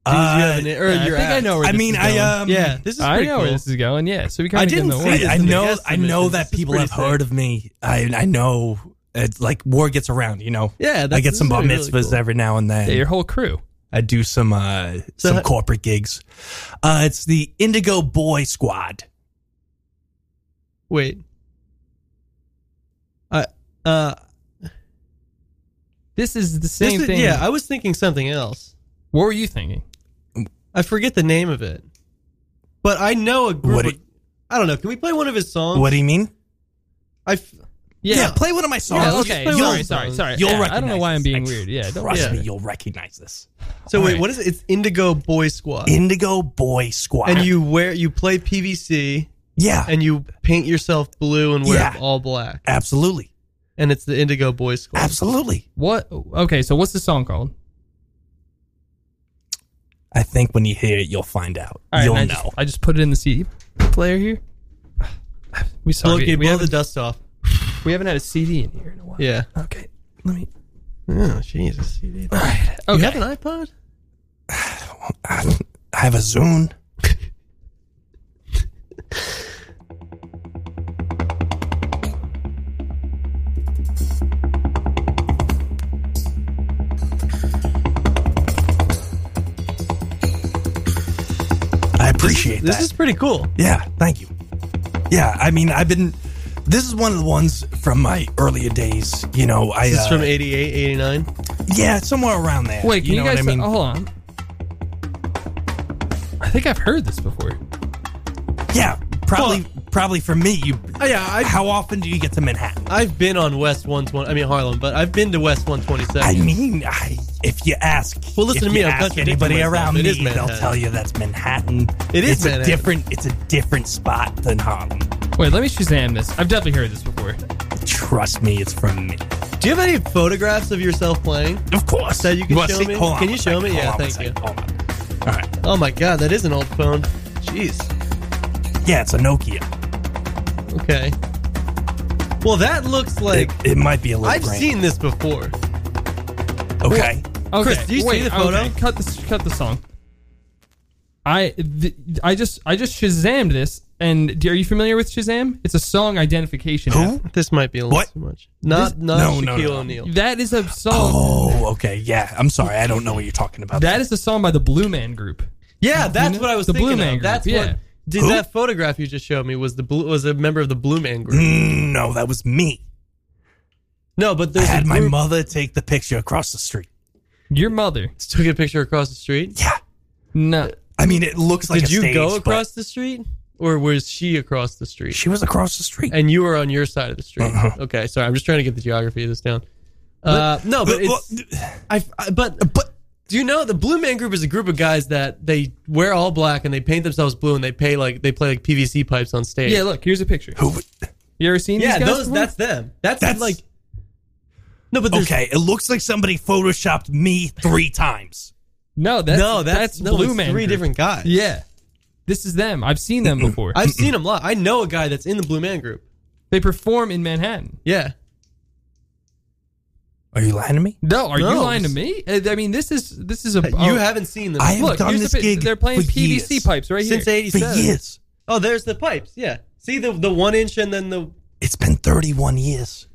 S3: Do you have
S2: Uh,
S3: a na- or
S4: yeah, I
S3: your
S4: think I
S3: act?
S4: know where
S2: I
S4: this
S2: mean,
S4: is
S2: I
S4: going.
S2: um.
S3: Yeah, this is
S4: I
S3: pretty
S4: know where
S3: cool.
S4: this is going. Yeah. So we kind
S3: I
S4: of
S3: didn't
S4: the
S3: say
S4: order.
S3: this
S2: I, I
S3: in the
S2: know.
S3: guest
S2: I know
S3: submissions.
S2: that
S3: This is
S2: people
S3: pretty
S2: have heard
S3: sick.
S2: of me. I I know. It's like war gets around. You know.
S3: Yeah,
S2: I
S3: that's-
S2: get
S3: this
S2: some
S3: is
S2: bar
S3: really
S2: mitzvahs
S3: cool.
S2: every now and then.
S4: Yeah, your whole crew.
S2: I do some uh
S3: So
S2: some
S3: how-
S2: corporate gigs. Uh, it's the Indigo Boy Squad.
S3: Wait. I uh
S4: This is the
S3: this
S4: same
S3: is-
S4: thing.
S3: Yeah, I was thinking something else.
S4: what were you thinking?
S3: I forget the name of it. But I know a group
S2: What
S3: of-
S2: do-
S3: I don't know. Can we play one of his songs?
S2: What do you mean?
S3: I f-
S4: Yeah.
S2: play one of my songs.
S4: Yeah,
S3: let's
S4: okay.
S3: play
S4: Sorry,
S3: one.
S4: sorry, sorry,
S2: You'll
S4: Yeah,
S2: recognize.
S4: I don't know why I'm
S2: this.
S4: being
S2: I
S4: weird. Yeah. Don't
S2: trust
S3: yeah.
S2: me, you'll recognize this.
S3: So wait,
S4: Alright.
S3: what is it? It's Indigo Boy Squad.
S2: Indigo Boy Squad.
S3: and you wear you play PVC
S2: yeah,
S3: and you paint yourself blue and wear
S2: Yeah.
S3: all black.
S2: absolutely,
S3: And it's the Indigo Boy Squad.
S2: absolutely.
S4: What? Okay, so what's the song called?
S2: I think when you hear it, you'll find out.
S4: All right,
S2: you'll
S4: and I
S2: know.
S4: Just, I just put it in the CD player here. We sorry.
S3: Blow, okay,
S4: we,
S3: blow the
S4: haven't,
S3: dust off.
S4: we haven't had a CD in here in a while.
S3: Yeah.
S4: Okay. Let me.
S3: Oh, Jesus. You did-
S4: Okay.
S3: you have an iPod?
S2: I have a Zune. appreciate
S3: this
S2: that.
S3: is pretty cool.
S2: Yeah, thank you. Yeah, I mean, I've been. This is one of the ones from my earlier days. You know, I.
S3: This is
S2: uh,
S3: from 88, 89.
S2: yeah, somewhere around there.
S4: Wait, can you,
S2: know what
S4: guys?
S2: I mean?
S4: oh, hold on. I think I've heard this before.
S3: oh.
S2: yeah, probably, probably for me. You.
S3: yeah, I,
S2: how often do you get to Manhattan?
S3: I've been on West 120. I mean Harlem, but I've been to West 127.
S2: I mean, I, if you ask,
S3: Well, listen
S2: if
S3: to me,
S2: you
S3: I'm
S2: ask
S3: contradicting
S2: anybody
S3: myself.
S2: around
S3: It
S2: me,
S3: is
S2: they'll
S3: Manhattan.
S2: tell you that's Manhattan.
S3: It is
S2: It's a
S3: Manhattan.
S2: different. It's a different spot than Harlem.
S4: Wait, let me Shazam this. I've definitely heard this before.
S2: Trust me, it's from me.
S3: Do you have any photographs of yourself playing?
S2: Of course.
S3: That you can
S2: wanna
S3: show
S2: see-
S3: me?
S2: hold on
S3: Can
S2: a
S3: you show me?
S2: second,
S3: Yeah,
S2: hold on a
S3: thank you.
S2: second, hold on. All right.
S3: Oh my god, that is an old phone. Jeez.
S2: Yeah, it's a Nokia.
S3: Okay. Well, that looks like
S2: It, it might be a little.
S3: I've
S2: grainy.
S3: seen this before.
S2: Okay.
S4: Okay,
S3: Chris, do you see
S4: wait,
S3: the photo?
S4: okay, cut this. Cut the song. I th- I just I just Shazammed this. And d- are you familiar with Shazam? It's a song identification.
S2: Who?
S4: app.
S3: This might be a little
S2: What?
S3: too much. Not not
S2: no,
S3: Shaquille
S2: no, no.
S3: O'Neal.
S4: That is a song.
S2: Oh, okay. Yeah, I'm sorry. I don't know what you're talking about.
S4: That is a song by the Blue Man Group.
S3: Yeah, that's what I was
S4: The Blue
S3: thinking
S4: Man
S3: of.
S4: Group,
S3: That's
S4: yeah.
S3: what did
S2: Who?
S3: that photograph you just showed me was the blue was a member of the Blue Man Group.
S2: Mm, no, that was me.
S3: No, but
S2: I
S3: there's
S2: had
S3: a
S2: my
S3: group-
S2: mother take the picture across the street.
S4: Your mother?
S3: took a picture across the street.
S2: Yeah.
S4: No.
S2: I mean, it looks like
S3: did
S2: a
S3: you
S2: stage,
S3: go
S2: but
S3: across the street, or was she across the street?
S2: She was across the street.
S3: And you were on your side of the street.
S2: Uh-huh.
S3: Okay, sorry. I'm just trying to get the geography of this down. Uh, no, but it's I, I- but
S2: But-
S3: do you know the Blue Man Group is a group of guys that they wear all black and they paint themselves blue and they pay like they play like PVC pipes on stage.
S4: Yeah, look, here's a picture.
S2: who? would-
S4: You ever seen
S3: yeah,
S4: these guys?
S3: those
S4: before?
S3: that's them. That's,
S2: That's-
S3: like no, but there's
S2: Okay, it looks like somebody photoshopped me three times.
S4: no, that's
S3: no, that's, no,
S4: Blue
S3: it's
S4: Man.
S3: Three
S4: Group.
S3: different guys.
S4: Yeah, this is them. I've seen them before.
S3: I've seen them live. I know a guy that's in the Blue Man Group.
S4: they perform in Manhattan.
S3: Yeah,
S2: Are you lying to me?
S4: No, are you
S3: No.
S4: lying to me? I I mean, this is this is a
S3: you
S4: oh,
S3: haven't seen them
S2: I have
S4: look.
S2: done
S4: Here's
S2: this
S4: the, pic-
S2: gig
S4: They're playing
S2: for
S4: PVC
S2: years.
S4: pipes right
S3: since
S4: here.
S2: For
S3: '87.
S2: years.
S3: Oh, there's the pipes. Yeah, see the the one inch and then the
S2: It's been 31 years.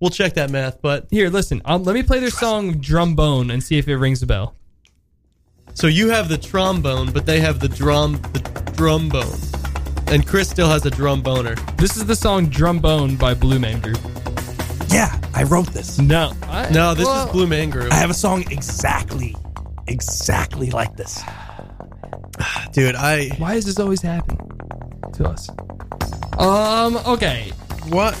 S3: we'll check that math. But
S4: Here, listen. Um, let me play their song "Drumbone" and see if it rings a bell.
S3: so you have the trombone, but they have the drum the drum bone, and Chris still has a drum boner.
S4: This is the song "Drumbone" by Blue Man Group.
S2: Yeah, I wrote this.
S4: No, I,
S3: No, this
S4: well,
S3: is Blue Man Group.
S2: I have a song exactly, exactly like this.
S3: Dude, I
S4: Why does this always happen to us? Um. Okay.
S3: what?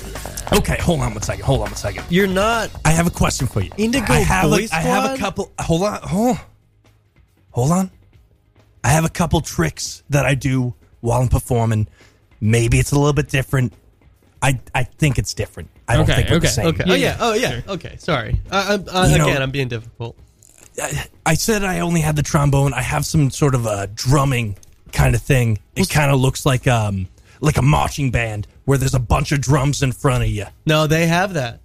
S2: Okay, hold on one second. Hold on one second.
S3: You're not.
S2: I have a question for you.
S3: Indigo
S2: I have
S3: Boy
S2: a, I have a
S3: Squad?
S2: couple. Hold on. Hold, hold on. I have a couple tricks that I do while I'm performing. Maybe it's a little bit different. I I think it's different. I don't
S4: Okay,
S2: think we're
S4: okay,
S2: the same.
S3: Okay. oh yeah.
S4: yeah,
S3: Oh yeah. Okay. Sorry. I, I'm, I,
S2: You
S3: again,
S2: know-
S3: I'm being difficult.
S2: I, I said I only had the trombone. I have some sort of a drumming kind of thing. It kind of looks like um like a marching band where there's a bunch of drums in front of you.
S3: No, they have that.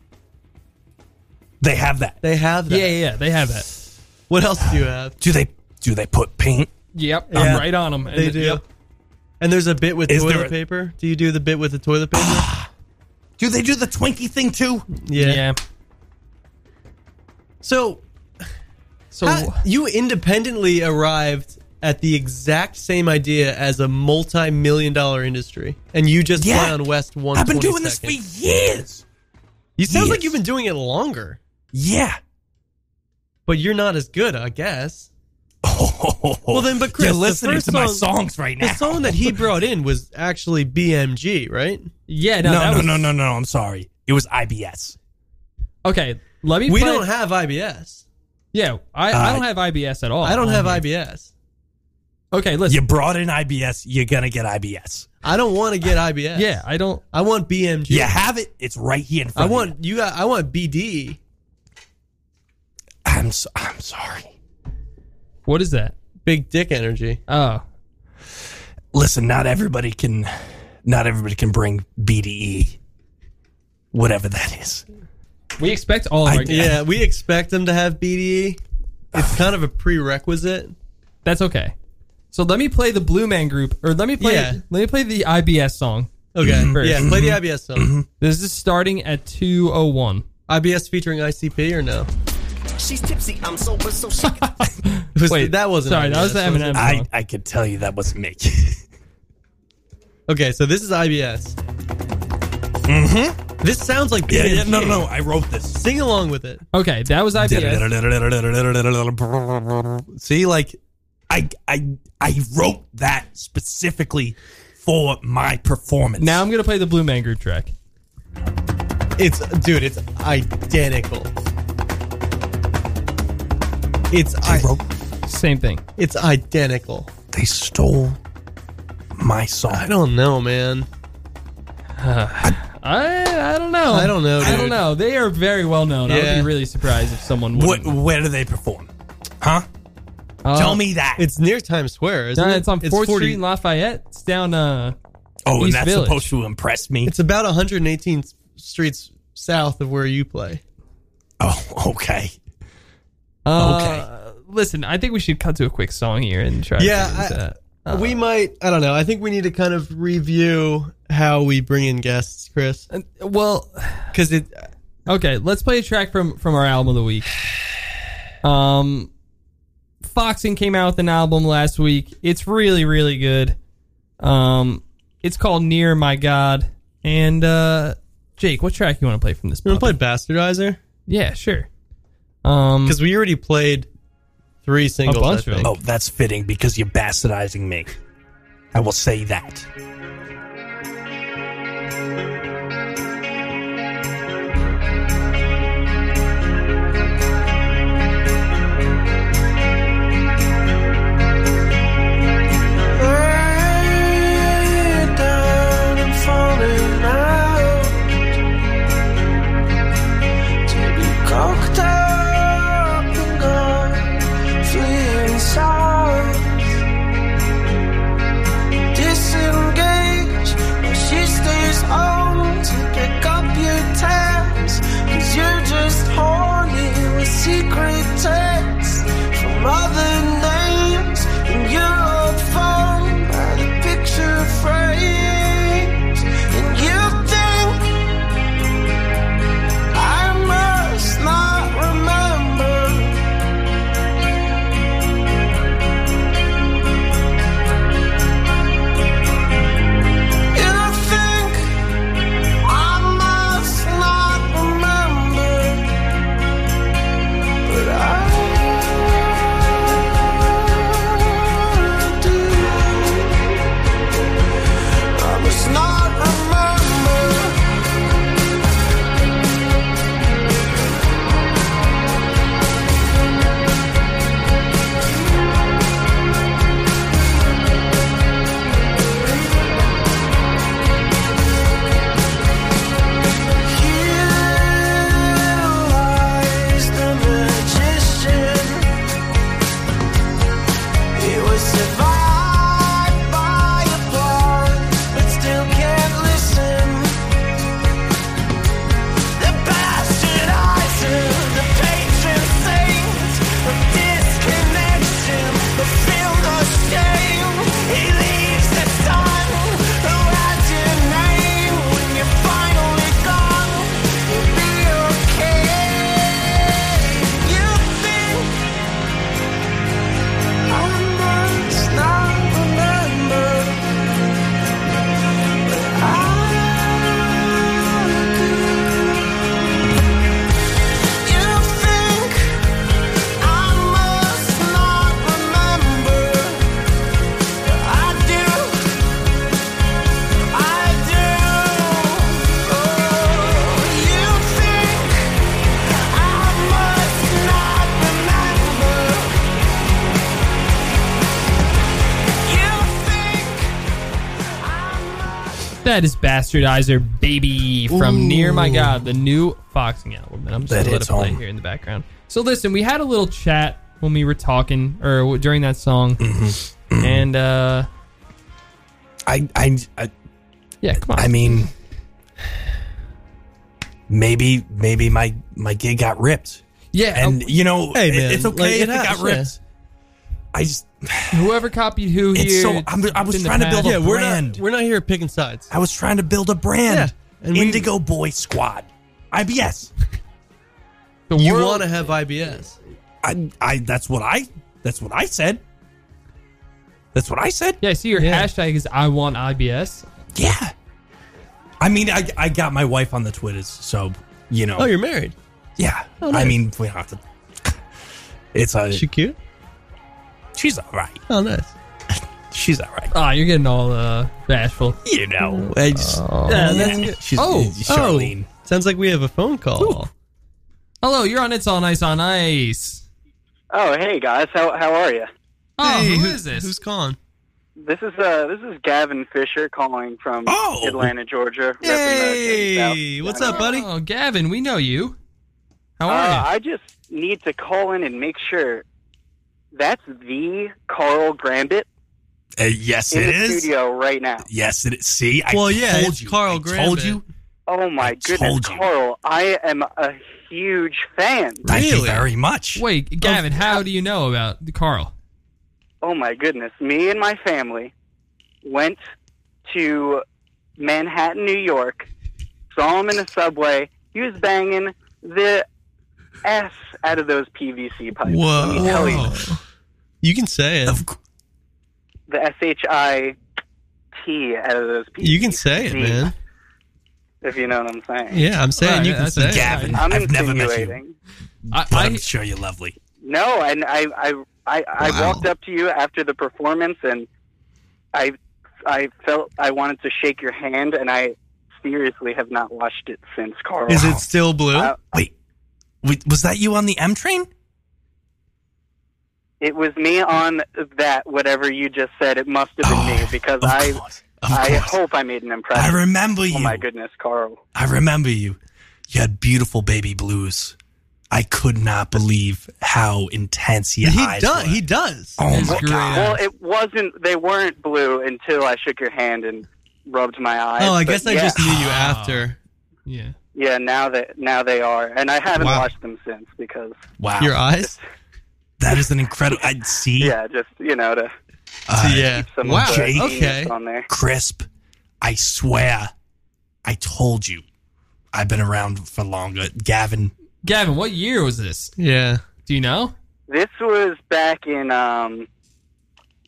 S2: They have that.
S3: They have that.
S4: Yeah, yeah, yeah, they have that.
S3: What else do you have?
S2: Do they do they put paint?
S4: Yep,
S3: Yeah.
S4: I'm right on them.
S3: They do. And there's a bit with
S2: Is there
S3: toilet
S2: a-
S3: paper. Do you do the bit with the toilet paper?
S2: Do they do the Twinkie thing too?
S4: Yeah.
S3: So
S4: So
S3: how- you independently arrived at the exact same idea as a multi-million dollar industry, and you just
S2: Yeah.
S3: play on West One.
S2: I've been doing this for years.
S3: You sounds like
S2: years.
S3: you've been doing it longer,
S2: Yeah.
S3: but you're not as good, I guess.
S2: well,
S3: then, but Chris,
S2: you're
S3: the
S2: listening
S3: first
S2: to my
S3: song-
S2: songs right now.
S3: The song that he brought in was actually BMG, right?
S4: yeah, no,
S2: no,
S4: that
S2: no,
S4: was,
S2: no, no, no, I'm sorry. It was IBS.
S4: Okay, let me.
S3: We
S4: play-
S3: don't have IBS.
S4: Yeah, I, I don't have IBS at all.
S2: Oh,
S3: I don't have
S4: IBS.
S3: IBS.
S4: Okay, listen.
S2: You brought in IBS. You're gonna get IBS.
S3: I don't want to get IBS.
S4: Yeah, I don't.
S3: I want BMG.
S2: You have it. It's right here in
S3: I
S2: front. Of
S3: want you. got- I want BD.
S2: you. I'm. So, I'm sorry.
S4: What is that?
S3: Big dick energy.
S4: Oh,
S2: Listen, not everybody can. Not everybody can bring BDE. Whatever that is.
S4: we expect all of
S2: I-
S4: our.
S2: Yeah.
S3: Yeah, we expect them to have BDE. It's kind of a prerequisite.
S4: That's okay. So let me play the Blue Man Group, or let me play.
S3: Yeah.
S4: Let me play the IBS song. Mm-hmm.
S3: Okay.
S4: First.
S3: Yeah, play the IBS song.
S4: This is starting at two oh one.
S3: IBS featuring ICP or no?
S8: She's tipsy, I'm sober, so she
S4: Wait,
S3: that wasn't
S4: sorry,
S3: Eminem.
S4: that was the
S3: This was-
S4: Eminem.
S2: I,
S4: song.
S2: I could tell you that wasn't me.
S3: Okay, so this is IBS. Mm-hmm. This sounds like
S2: yeah,
S3: P.M.P.
S2: yeah, no, no, no. I wrote this.
S3: Sing along with it.
S4: Okay, that was IBS.
S2: See, like, I, I, I wrote that specifically for my performance.
S4: Now I'm gonna play the Blue Man Group track.
S3: It's dude, it's identical. It's
S2: I
S3: I,
S2: wrote.
S4: Same thing.
S3: it's identical.
S2: They stole my song.
S3: I don't know, man.
S4: I I don't know.
S3: I don't know,
S4: I
S3: dude.
S4: don't know. They are very well known. I
S3: Yeah.
S4: would be really surprised if someone would.
S2: What, where do they perform? Huh?
S4: Uh,
S2: Tell me that.
S3: It's near Times Square, isn't
S4: No,
S3: it?
S4: it's on Fourth
S3: 40
S4: Street in Lafayette. It's down. Uh,
S2: oh, and
S4: East
S2: that's
S4: Village.
S2: supposed to impress me.
S3: It's about 118 streets south of where you play.
S2: oh, okay.
S4: uh, Listen, I think we should cut to a quick song here and try.
S3: Yeah,
S4: to figure this
S3: I-
S4: out.
S3: we might. I don't know. I think we need to kind of review how we bring in guests, Chris,
S4: Uh, well,
S3: because it.
S4: okay. Let's play a track from from our album of the week. Um, Foxing came out with an album last week. It's really really good. Um, it's called Near My God. And uh, Jake, what track you want to play from this?
S3: You want to play
S4: puppy?
S3: Bastardizer?
S4: Yeah, sure. Um,
S3: Because we already played three singles.
S4: bunch
S3: I
S4: of
S3: think.
S4: them.
S2: Oh, that's fitting because you're bastardizing me. I will say that.
S5: Secret texts from other names, and you're all phone by the picture frames, and you think I must not remember. You think I must not remember, but I do. I must not remember.
S8: He leaves the son who has your name when you're finally gone. You'll be okay. You think I must not remember, but I do. You think I must not remember. I do, I do. Oh, You think I must not remember? You think
S4: That is Bastardizer Baby from Near My God, the new Foxing album. And I'm just
S2: That
S4: going to let it
S2: hits
S4: play
S2: home.
S4: here in the background. So, listen, we had a little chat when we were talking or w- during that song.
S2: Mm-hmm.
S4: And, uh,
S2: I, I, I,
S4: yeah, come on.
S2: I mean, maybe, maybe my my gig got ripped,
S4: yeah,
S2: and
S4: uh,
S2: you know,
S3: Oh. Hey,
S2: it-
S3: man,
S2: it's okay
S3: like,
S2: if
S3: it
S2: it, got
S3: happens,
S2: ripped. I just,
S4: whoever copied who here.
S2: It's so- I'm- I was
S4: in the
S2: trying to build
S4: past-
S3: Yeah, we're
S2: Brand.
S3: not we're not here picking sides.
S2: I was trying to build a brand,
S3: Yeah, and we-
S2: Indigo Boy Squad, IBS.
S4: The
S3: You
S4: world-
S3: want to have IBS.
S2: I, I, that's what I, that's what I said. That's what I said.
S4: Yeah, I see your
S3: Yeah.
S4: hashtag is I want IBS.
S2: Yeah. I mean, I, I got my wife on the Twitters, so you know.
S3: Oh, you're married.
S2: yeah.
S3: oh, nice.
S2: I mean, we have to. It's a.
S3: Is she cute?
S2: she's all right.
S3: Oh, nice.
S2: She's all right.
S4: Ah, you're getting all uh, bashful.
S2: You know.
S3: I just, Oh. yeah, that's good.
S2: She's
S3: Oh,
S2: Charlene.
S3: oh, sounds like we have a phone call.
S4: Hello, you're on It's All Nice on Ice.
S1: Oh, hey guys, how how are you?
S4: Oh,
S3: Hey,
S4: who is this?
S3: Who's calling?
S1: This is uh this is Gavin Fisher calling from
S2: Oh!
S1: Atlanta, Georgia. repping the
S3: Hey,
S1: Dirty South
S3: what's
S1: down
S3: up, buddy?
S4: Oh, Gavin, we know you. How
S1: Uh,
S4: are you?
S1: I just need to call in and make sure that's the Carl Grambit
S2: Uh, yes,
S1: in
S2: it
S1: the
S2: is.
S1: studio right now.
S2: Yes, it is. See, I
S3: Well, yeah,
S2: told
S3: it's
S2: you.
S3: Carl
S2: I told
S3: Granville.
S2: you.
S1: Oh my
S2: I
S1: goodness,
S2: told you.
S1: Carl! I am a huge fan.
S2: Thank you
S3: Really?
S2: very much.
S4: Wait, Gavin, how do you know about the Carl?
S1: Oh my goodness, me and my family went to Manhattan, New York. Saw him in a subway. He was banging the s out of those PVC pipes. Let me tell you.
S3: Whoa. You can say it.
S2: Of cou-
S1: the S H I T out of those people.
S3: You can say it, man.
S1: If you know what I'm saying.
S3: Yeah, I'm saying
S4: Right,
S3: you can
S4: that's
S3: say it.
S4: okay.
S2: Gavin,
S1: I'm
S2: I've never met you,
S1: insinuating.
S4: I,
S2: but I,
S4: I,
S2: am sure you're lovely.
S1: No, and I I I, I
S3: Wow.
S1: walked up to you after the performance and I I felt I wanted to shake your hand and I seriously have not watched it since Carl.
S3: Is it still blue?
S1: Uh,
S2: Wait, wait, was that you on the M train?
S1: It was me on that whatever you just said. It must have been me because
S2: Oh, Of
S1: I
S2: course, of
S1: I
S2: course.
S1: hope I made an
S2: I
S1: impression.
S2: remember you.
S1: oh my goodness, Carl.
S2: I remember you. You had beautiful baby blues. I could not believe how intense your
S3: he
S2: eyes
S3: does.
S2: were.
S3: He does.
S2: oh
S4: His
S2: my
S4: great
S2: god!
S1: Well, it wasn't. They weren't blue until I shook your hand and rubbed my eyes.
S3: Oh, I
S1: but
S3: guess I
S1: yeah,
S3: just knew you after.
S4: yeah.
S1: Yeah, now that now they are, and I haven't
S3: Wow.
S1: watched them since because
S2: Wow,
S3: Your eyes?
S2: that is an incredible. I see.
S1: yeah, just you know to
S2: Uh,
S3: yeah.
S1: some
S3: Wow.
S1: of the
S2: Jake.
S1: genius
S3: Okay.
S1: on there.
S2: crisp. I swear, I told you. I've been around for longer. Gavin,
S4: Gavin, what year was this?
S3: Yeah.
S4: Do you know?
S1: This was back in um,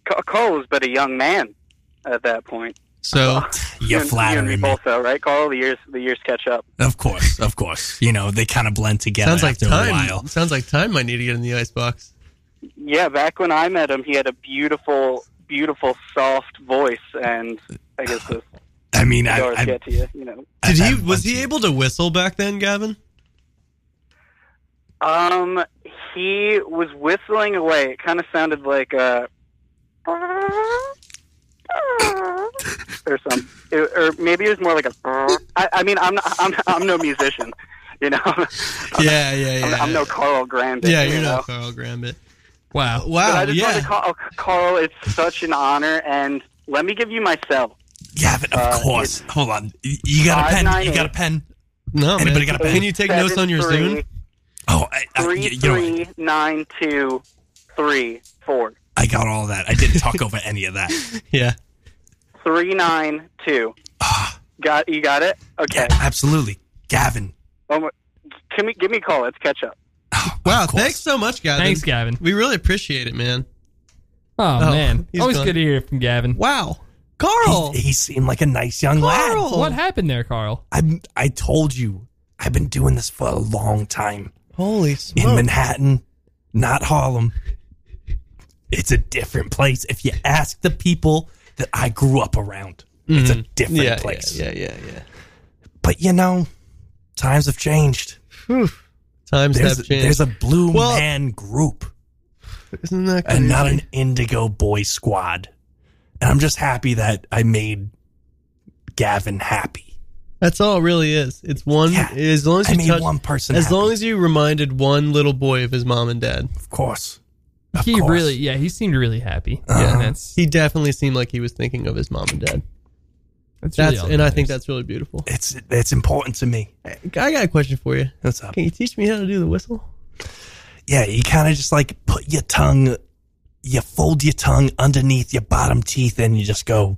S1: Ca- Carl was but a young man at that point.
S3: So
S2: you're
S1: and- and
S2: flattering
S1: me
S2: me.
S1: both, though, right? Carl, the years the years catch up.
S2: Of course, of course. You know they kind of blend together
S3: sounds like
S2: after a while.
S3: time. Sounds like time might need to get in the icebox.
S1: Yeah, back when I met him, he had a beautiful, beautiful, soft voice, and I guess the
S2: I mean, I,
S1: stars
S2: I,
S1: get to you, you know.
S2: I-
S3: Did
S2: I
S3: he? Was
S2: want
S3: he
S2: you.
S3: able to whistle back then, Gavin?
S1: Um, he was whistling away. It kind of sounded like uh, a or some, it, or maybe it was more like a. I, I mean, I'm not, I'm, I'm no musician, you know. I'm,
S3: Yeah, yeah, yeah.
S1: I'm no Carl Grandin.
S3: Yeah,
S1: you
S3: you're
S1: know?
S3: not Carl Grambit.
S4: Wow.
S3: Wow.
S1: But I just
S3: yeah.
S1: wanted to call oh, Carl. It's such an honor, and let me give you my cell.
S2: Gavin, of
S1: Uh,
S2: course. Hold on. You- You got a pen? You got a
S1: 598.
S2: pen?
S3: no, man.
S2: Anybody got a pen?
S3: Can you take notes on your Zoom?
S2: Oh, I, I, you you
S1: Three
S2: know. what?
S1: three nine two three four
S2: I got all that. I didn't talk over any of that.
S3: Yeah.
S1: three nine two. Got you got it. Okay.
S2: Ah, Yeah, absolutely. Gavin.
S1: Oh my, can we give me a call? Let's catch up.
S3: Wow.
S2: Of course.
S3: Thanks so much, Gavin.
S4: Thanks, Gavin.
S3: We really appreciate it, man.
S4: Oh,
S3: Oh,
S4: man.
S3: he's
S4: Always
S3: gone.
S4: good to hear from Gavin.
S3: Wow. Carl.
S2: He, he seemed like a nice young lad.
S4: What happened there, Carl?
S2: I I told you. I've been doing this for a long time
S3: Holy
S2: in
S3: smoke.
S2: Manhattan, not Harlem. It's a different place. If you ask the people that I grew up around, it's a different
S3: Mm. yeah,
S2: place.
S3: yeah, yeah, yeah, yeah.
S2: But you know, times have changed.
S3: Times
S2: There's,
S3: have
S2: there's
S3: changed.
S2: a blue
S3: Well-
S2: man group.
S3: Isn't that
S2: and not
S3: crazy?
S2: an indigo boy squad. And I'm just happy that I made Gavin happy.
S3: That's all it really is. It's one.
S2: Yeah.
S3: As long as
S2: I
S3: you
S2: made
S3: touch,
S2: one person
S3: As
S2: happy.
S3: long as you reminded one little boy of his mom and dad.
S2: Of course.
S4: He
S2: course.
S4: really, yeah, he seemed really happy.
S2: Uh-huh.
S4: Yeah, that's,
S3: He definitely seemed like he was thinking of his mom and dad.
S4: that's, really
S3: That's
S4: all
S3: and
S4: that
S3: I think
S4: matters.
S3: that's really beautiful.
S2: It's it's important to me.
S3: I got a question for you.
S2: That's up.
S3: Can you teach me how to do the whistle?
S2: Yeah, you kind of just like put your tongue, you fold your tongue underneath your bottom teeth, and you just go.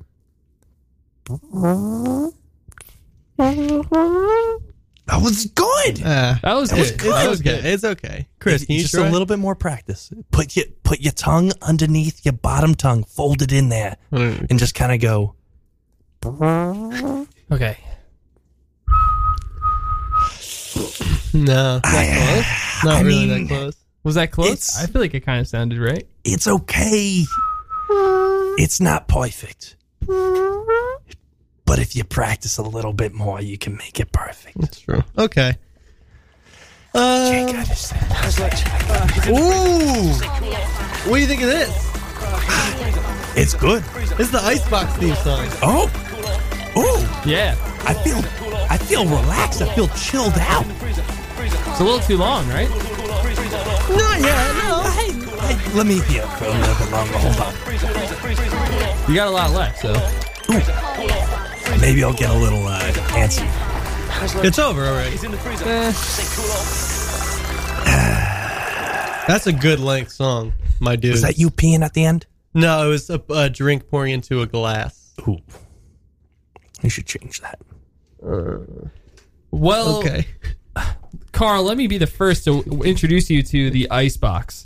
S2: That was good.
S3: that
S4: was
S2: That was
S4: good.
S2: Ah. good.
S4: That was good.
S3: It's okay. Uh, Chris,
S2: If-
S3: can you
S2: just
S3: try?
S2: a little bit more practice. Put your put your tongue underneath your bottom tongue, fold it in there,
S3: Mm.
S2: and just kind of go.
S4: Okay.
S3: No, not close. Not
S2: I
S3: really that
S2: mean-
S3: close.
S4: Was that close?
S2: It's-
S4: I feel like it kind of sounded right.
S2: It's okay. It's not perfect, but if you practice a little bit more, you can make it perfect.
S3: That's true. Okay.
S2: Jake,
S3: Uh,
S2: I just-
S3: ooh, what do you think of this?
S2: it's good.
S3: This is the Icebox theme song.
S2: Oh, oh!
S4: Yeah.
S2: I feel I feel relaxed. I feel chilled out.
S4: It's a little too long, right?
S2: No, yeah, no. Hey, hey, let me hear it for a little bit longer. Hold on.
S4: You got a lot left, so.
S2: Maybe I'll get a little uh, antsy.
S3: It's over already. Eh. That's a good length song, my dude.
S2: Is that you peeing at the end?
S3: No, it was a, a drink pouring into a glass.
S2: Ooh. You should change that.
S4: Well,
S3: Okay.
S4: Carl, let me be the first to w- introduce you to the Icebox.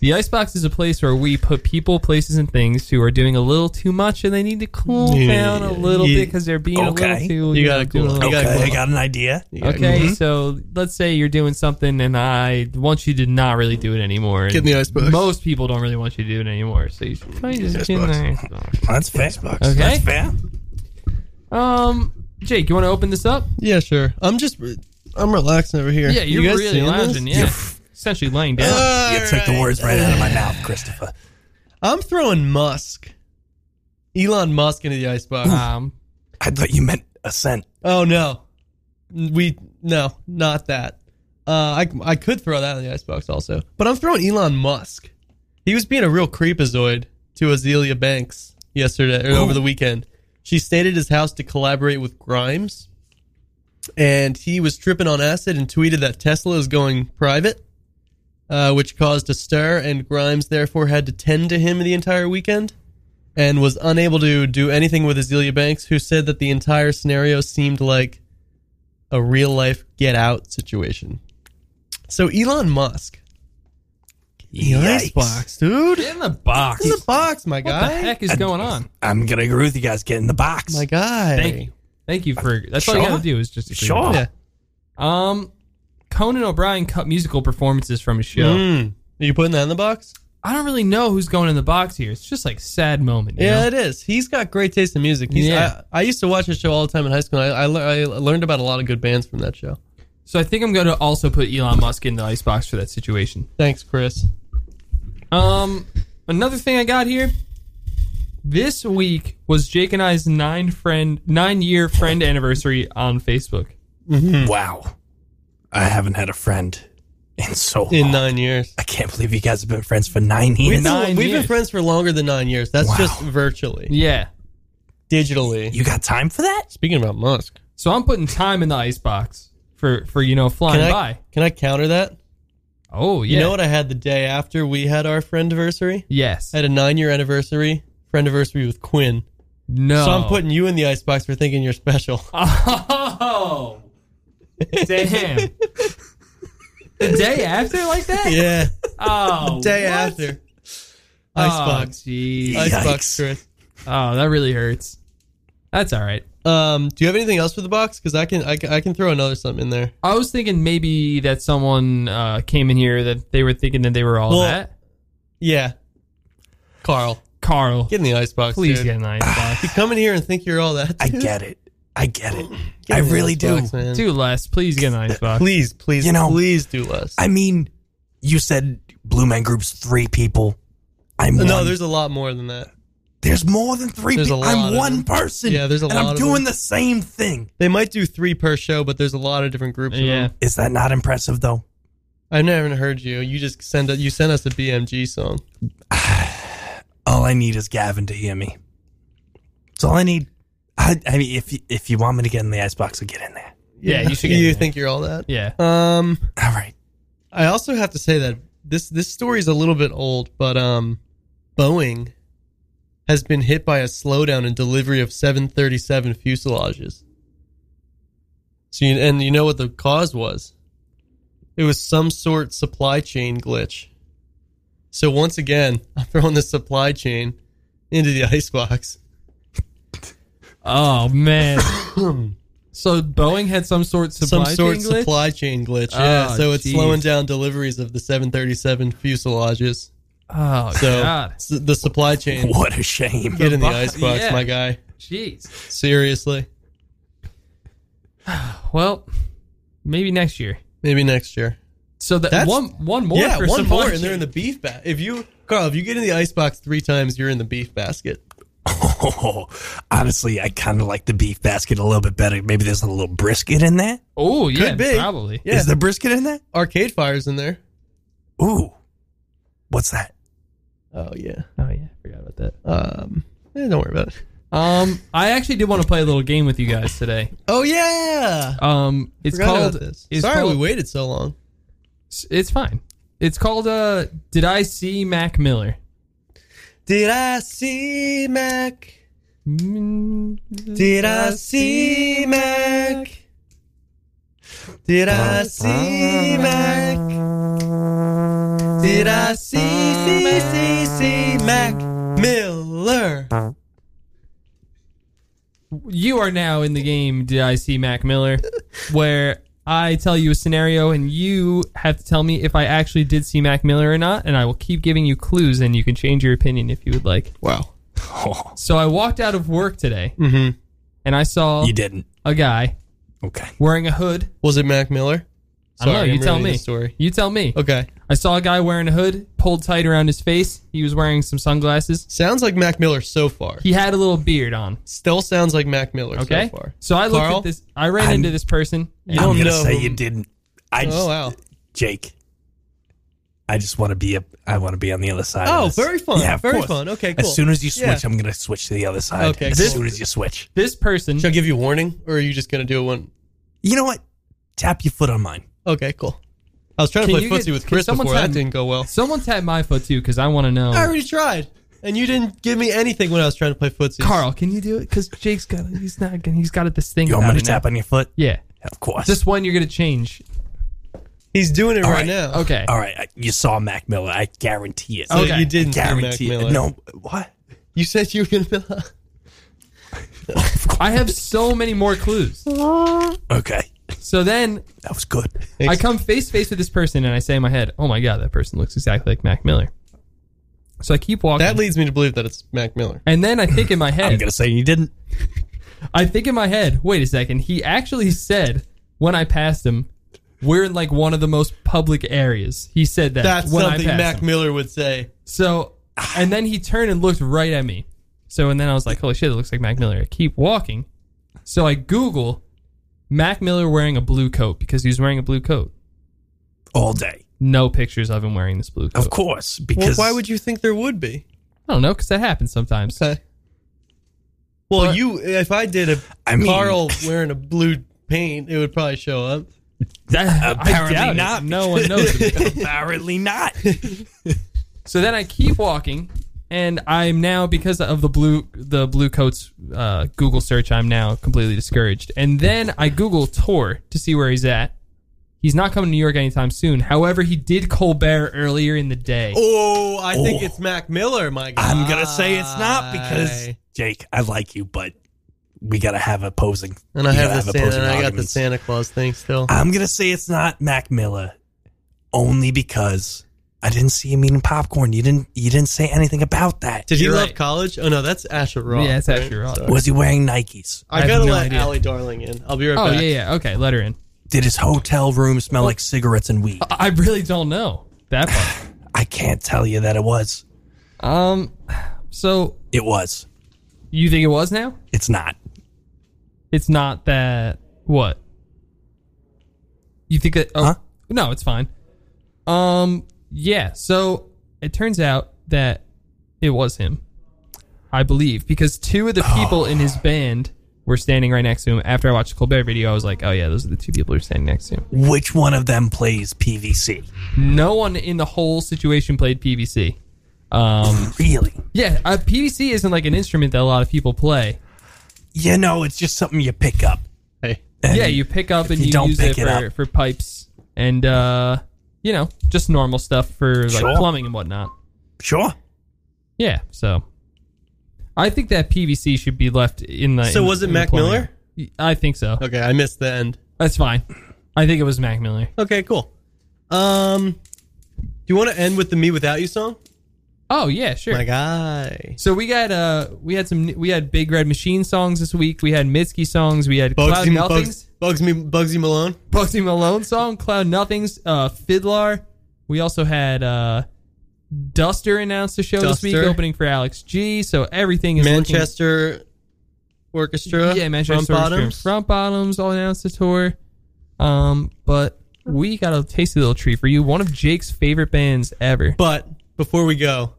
S4: The Icebox is a place where we put people, places, and things who are doing a little too much and they need to cool
S3: Yeah,
S4: down a little bit
S3: yeah.
S4: bit because they're being a
S2: Okay.
S4: little too.
S3: You
S4: know,
S3: gotta cool Mm-hmm.
S4: doing a
S3: You
S2: Okay,
S3: gotta go.
S2: I got an idea.
S3: You gotta
S4: Okay, so let's say you're doing something and I want you to not really do it anymore.
S3: Get in the icebox.
S4: Most people don't really want you to do it anymore, so you should kind of just get in the icebox.
S2: That's fair.
S4: Okay.
S2: That's fair.
S4: Um, Jake, you want to open this up?
S3: Yeah, sure. I'm just, I'm relaxing over here.
S4: Yeah, you're
S3: you guys
S4: really
S3: seeing this?
S4: lounging. Yeah, essentially lying down.
S3: All
S2: you took the
S3: right.
S2: words right out of my mouth, Christopher.
S3: I'm throwing Musk, Elon Musk into the icebox.
S4: um,
S2: I thought you meant a scent.
S3: Oh no, we no, not that. Uh, I I could throw that in the icebox also, but I'm throwing Elon Musk. He was being a real creepazoid to Azealia Banks yesterday or over the weekend. She stayed at his house to collaborate with Grimes, and he was tripping on acid and tweeted that Tesla is going private, uh, which caused a stir. And Grimes therefore had to tend to him the entire weekend and was unable to do anything with Azealia Banks, who said that the entire scenario seemed like a real life get out situation. So Elon Musk.
S2: Yikes.
S3: dude.
S4: get in the box.
S3: In the
S4: What
S3: box, my
S4: the
S3: guy.
S4: heck is going on?
S2: I'm gonna agree with you guys. Get in the box.
S3: My guy.
S4: Thank you, thank you for. That's all you
S2: Sure.
S4: gotta do is just agree
S2: Sure.
S4: with
S3: Yeah.
S4: it. Um, Conan O'Brien cut musical performances from his show.
S3: Mm. Are you putting that in the box?
S4: I don't really know who's going in the box here. It's just like sad moment. you
S3: Yeah,
S4: know?
S3: it is. He's got great taste in music. He's,
S4: Yeah.
S3: I, I used to watch his show all the time in high school. I, I, lear- I learned about a lot of good bands from that show.
S4: So I think I'm gonna also put Elon Musk in the icebox for that situation.
S3: Thanks, Chris.
S4: Um, another thing I got here. This week was Jake and I's nine friend nine year friend anniversary on Facebook.
S2: Wow. I haven't had a friend in so long.
S3: In nine years.
S2: I can't believe you guys have been friends for nine years.
S4: Nine
S3: We've
S4: years.
S3: been friends for longer than nine years. That's
S2: Wow.
S3: just virtually,
S4: Yeah.
S3: digitally.
S2: You got time for that?
S3: Speaking about Musk,
S4: So I'm putting time in the icebox for for you know flying
S3: can I
S4: by.
S3: can I counter that?
S4: Oh yeah.
S3: You know what I had the day after we had our friend anniversary?
S4: Yes.
S3: I had a nine year anniversary, friend anniversary with Quinn.
S4: No.
S3: So I'm putting you in the icebox for thinking you're special.
S4: Oh. Damn. the day after like that?
S3: yeah,
S4: Oh.
S3: day
S4: what?
S3: after Um,
S4: Oh,
S3: icebox,
S4: jeez.
S3: icebox,
S2: Yikes.
S3: Chris.
S4: Oh, that really hurts. That's all right.
S3: Um, do you have anything else for the box? Because I can, I can I can throw another something in there.
S4: I was thinking maybe that someone uh, came in here that they were thinking that they were all
S3: Well-
S4: that.
S3: Yeah, Carl,
S4: Carl,
S3: get in the icebox,
S4: please
S3: dude.
S4: get an icebox.
S3: You come in here and think you're all that.
S2: I
S3: dude.
S2: get it. I get it.
S3: Get
S2: I
S3: in the
S2: really do.
S3: icebox, man.
S4: Do less. Please get an icebox.
S3: Please, please,
S2: You know-
S3: please do less.
S2: I mean, you said Blue Man Group's three people. I'm
S3: no,
S2: one.
S3: there's a lot more than that.
S2: There's more than three
S3: There's a
S2: people.
S3: lot
S2: I'm
S3: of
S2: one
S3: them.
S2: person.
S3: Yeah, there's a
S2: and
S3: lot
S2: I'm
S3: of
S2: doing
S3: them.
S2: the same thing.
S3: They might do three per show, but there's a lot of different groups. Of
S4: Yeah.
S3: them.
S2: Is that not impressive though?
S3: I've never even heard you. You just send a, you sent us a BMG song.
S2: All I need is Gavin to hear me. That's all I need. I, I mean, if you, if you want me to get in the icebox, I'll get in there.
S4: Yeah, you should get
S3: You
S4: in there.
S3: think you're all that?
S4: Yeah.
S3: Um,
S2: All right.
S3: I also have to say that this this story's a little bit old, but um, Boeing has been hit by a slowdown in delivery of 737 fuselages. So you, and you know what the cause was? It was some sort supply chain glitch. So once again, I'm throwing the supply chain into the icebox.
S4: Oh man. so Boeing had some sort supply
S3: some sort
S4: chain glitch?
S3: supply chain glitch. Yeah,
S4: Oh,
S3: so it's
S4: geez.
S3: slowing down deliveries of the 737 fuselages.
S4: Oh
S3: so
S4: god.
S3: s- the supply chain.
S2: What a shame.
S3: Get in the
S4: bu-
S3: icebox,
S4: yeah.
S3: my guy.
S4: Jeez.
S3: Seriously.
S4: Well, maybe next year.
S3: Maybe next year.
S4: So that
S3: That's-
S4: one one more
S3: yeah,
S4: for
S3: one
S4: supply
S3: more,
S4: chain.
S3: and they're in the beef basket. If you, Carl, if you get in the icebox three times, you're in the beef basket.
S2: Oh, honestly, I kind of like the beef basket a little bit better. Maybe there's a little brisket in there.
S4: Oh yeah,
S3: Could be.
S4: probably.
S3: Yeah.
S2: Is the brisket in there?
S3: Arcade Fire's in there.
S2: Ooh, what's that?
S3: Oh yeah.
S4: Oh yeah, forgot about that.
S3: Um. eh, don't worry about it.
S4: Um, I actually did want to play a little game with you guys today.
S3: Oh yeah.
S4: Um, it's
S3: Forgot
S4: called.
S3: about this.
S4: It's
S3: Sorry,
S4: called,
S3: we waited so long.
S4: It's fine. It's called. Uh, did I see Mac Miller?
S3: Did I see Mac?
S4: Mm,
S3: Did I see Mac? Did I see Mac? Did I see see see see Mac Miller?
S4: You are now in the game. Did I see Mac Miller? Where I tell you a scenario and you have to tell me if I actually did see Mac Miller or not, and I will keep giving you clues, and you can change your opinion if you would like.
S3: Wow.
S4: So I walked out of work today,
S3: Mhm.
S4: and I
S3: Oh.
S4: saw
S2: Mm-hmm. You didn't.
S4: a guy
S2: Okay.
S4: wearing a hood.
S3: Was it Mac Miller?
S4: I don't know.
S3: Sorry,
S4: You
S3: I'm
S4: tell
S3: ruining
S4: me.
S3: the story.
S4: You tell me.
S3: Okay.
S4: I saw a guy wearing a hood pulled tight around his face. He was wearing some sunglasses.
S3: Sounds like Mac Miller so far.
S4: He had a little beard on.
S3: Still sounds like Mac Miller
S4: Okay.
S3: so far.
S4: So I looked
S3: Carl?
S4: at this. I ran
S2: I'm-
S4: into this person.
S3: You
S2: I'm
S3: don't
S2: gonna
S3: know
S2: say
S3: who-
S2: you didn't. I just,
S3: Oh wow.
S2: Jake. I just want to be a. I want to be on the other side.
S3: Oh,
S2: of this.
S3: very fun.
S2: Yeah, of
S3: Very
S2: course.
S3: fun. Okay, cool.
S2: As soon as you
S3: Yeah.
S2: switch, I'm gonna switch to the other side.
S3: Okay,
S2: As
S3: cool.
S2: soon as you switch,
S4: This person.
S3: Should I give you warning, or are you just gonna do a one?
S2: you know what? Tap your foot on mine.
S3: Okay, cool. I was trying to
S4: Can
S3: play
S4: you
S3: footsie
S4: get-
S3: with
S4: can
S3: Chris
S4: someone
S3: before.
S4: tell
S3: That
S4: me-
S3: didn't go well.
S4: Someone tap my foot too, because I want to know.
S3: I already tried, and you didn't give me anything when I was trying to play footsie.
S4: Carl, can you do it? Because Jake's got. He's not. gonna- He's got it. This thing.
S2: You want
S4: about
S2: me to
S4: it now.
S2: tap on your foot?
S4: Yeah.
S2: Of course.
S4: This one you're gonna change.
S3: he's doing it
S2: All
S3: right,
S2: right.
S3: now.
S4: Okay.
S2: All right, I- you saw Mac Miller. I guarantee it.
S3: So
S4: Okay.
S3: you didn't do Mac
S2: guarantee
S3: Miller.
S2: it. No, what?
S3: you said you were gonna.
S4: I have so many more clues.
S2: Okay,
S4: So then
S2: that was good.
S4: I come face to face with this person, and I say in my head, "Oh my god, that person looks exactly like Mac Miller." So I keep walking.
S3: that leads me to believe that it's Mac Miller.
S4: And then I think in my
S2: I'm
S4: head,
S2: gonna say you didn't.
S4: I think in my head, wait a second, he actually said when I passed him, we're in like one of the most public areas. He said that
S3: That's
S4: when
S3: something
S4: I passed
S3: Mac
S4: him.
S3: Miller would say.
S4: So, and then he turned and looked right at me. So, and then I was like, holy shit, it looks like Mac Miller. I keep walking. So I Google Mac Miller wearing a blue coat because he was wearing a blue coat.
S2: All day,
S4: No pictures of him wearing this blue coat.
S2: of course.
S3: Oh. Well,
S2: Because
S3: why would you think there would be?
S4: I don't know because that happens sometimes.
S3: Okay. Well,
S4: But-
S3: you. If I did a
S2: I mean-
S3: Carl wearing a blue paint, it would probably show up.
S4: That- I
S2: Apparently
S4: doubt it.
S2: not.
S4: No one knows. about it.
S2: apparently not?
S4: So then I keep walking, and I'm now because of the blue the blue coats uh, Google search. I'm now completely discouraged. And then I Google Tor to see where he's at. He's not coming to New York anytime soon. However, he did Colbert earlier in the day.
S3: Oh, I think
S2: Oh.
S3: it's Mac Miller, my guy.
S2: I'm gonna say it's not because Jake, I like you, but we gotta have opposing.
S3: And I
S2: you
S3: have,
S2: gotta
S3: the Santa,
S2: opposing
S3: and I got the
S2: arguments.
S3: Santa Claus thing still.
S2: I'm gonna say it's not Mac Miller, only because I didn't see him eating popcorn. You didn't. You didn't say anything about that.
S3: Did he
S4: You're
S3: love
S4: right.
S3: college? Oh no, that's Asher Roth.
S4: Yeah, it's
S3: right?
S4: Asher Roth.
S3: Sorry.
S2: Was he wearing Nikes?
S4: I
S3: I
S4: have
S3: gotta
S4: no
S3: let
S4: idea.
S3: Allie Darling in. I'll be right
S4: Oh yeah,
S3: back.
S4: yeah. Okay, let her in.
S2: Did his hotel room smell like cigarettes and weed?
S4: I I really don't know that part.
S2: I can't tell you that it was.
S4: um, so
S2: It was.
S4: you think it was now?
S2: It's not.
S4: It's not that what? You think that oh
S2: Huh?
S4: no, it's fine. Um yeah, so it turns out that it was him. I believe because two of the people in his band were standing right next to him. After I watched the Colbert video, I was like, "Oh yeah, those are the two people who are standing next to him."
S2: Which one of them plays PVC?
S4: No one in the whole situation played PVC. Um,
S2: Really?
S4: yeah, uh, PVC isn't like an instrument that a lot of people play.
S2: You know, it's just something you pick up.
S3: Hey,
S4: yeah, you pick up and
S2: you
S4: you,
S2: don't
S4: use
S2: pick
S4: it,
S2: it
S4: for,
S2: up.
S4: for pipes and uh, you know just normal stuff for like
S2: Sure.
S4: plumbing and whatnot.
S2: Sure.
S4: Yeah, so I think that PVC should be left in the.
S3: So
S4: in-
S3: was it
S4: in the
S3: Mac
S4: plumbing.
S3: Miller?
S4: I think so.
S3: Okay, I missed the end.
S4: That's fine. I think it was Mac Miller.
S3: Okay, cool. Um, do you want to end with the "Me Without You" song?
S4: Oh yeah, sure.
S3: My guy,
S4: So we got uh we had some we had Big Red Machine songs this week. We had Mitski songs. We had Cloud
S3: Bugsy,
S4: Nothings,
S3: Bugs, Bugsy, Bugsy Malone.
S4: Bugsy Malone song, Cloud Nothings, uh Fiddler. We also had uh Duster announced the show this week,
S3: Duster.
S4: opening for Alex G. So everything is looking-
S3: Manchester Orchestra.
S4: yeah, Manchester
S3: Front Bottoms.
S4: Front Bottoms all announced the tour. Um, but we got a tasty little treat for you. One of Jake's favorite bands ever.
S3: But before we go,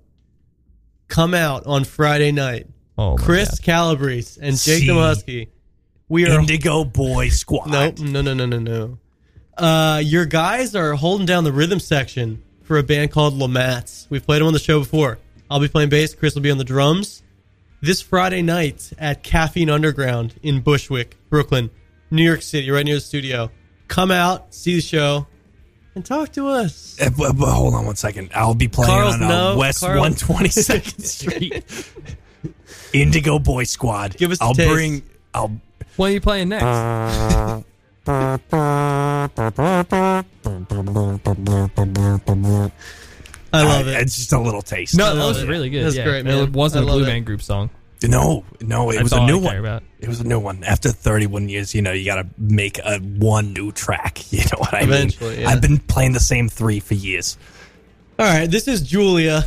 S3: come out on Friday night.
S4: Oh, my
S3: Chris
S4: God.
S3: Calabrese and Jake
S2: See.
S3: Demusky. We are
S2: Indigo Boy Squad.
S3: nope, no no no no no. Uh, your guys are holding down the rhythm section for a band called Lamats. We've played them on the show before. I'll be playing bass. Chris will be on the drums. This Friday night at Caffeine Underground in Bushwick, Brooklyn, New York City, right near the studio. Come out, see the show, and talk to us.
S2: Uh, but- but hold on one second. I'll be playing
S3: Carl's
S2: on uh,
S3: no-
S2: West
S3: Carl-
S2: 122nd Street. Indigo Boy Squad.
S3: Give us the
S2: I'll
S3: taste.
S2: bring. I'll.
S4: What are you playing next?
S3: Uh, I love
S2: uh,
S3: it.
S2: It's just a little taste.
S4: no, that
S3: love
S4: was
S3: it.
S4: really good.
S3: That's
S4: yeah.
S3: great, man.
S4: It wasn't
S3: I
S4: a Blue
S3: love it.
S4: Man Group song.
S2: No, no, it
S4: That's
S2: was a
S4: all
S2: new
S4: I care
S2: one.
S4: about.
S2: It was a new one. After 31 years, you know, you got to make a one new track. You know what I
S3: Eventually,
S2: mean?
S3: yeah.
S2: I've been playing the same three for years.
S3: All right, this is Julia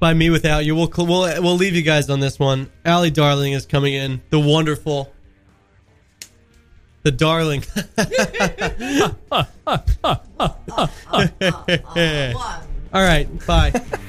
S3: by Me Without You. We'll cl- we'll we'll leave you guys on this one. Allie Darling is coming in. The wonderful, the darling. All right, bye.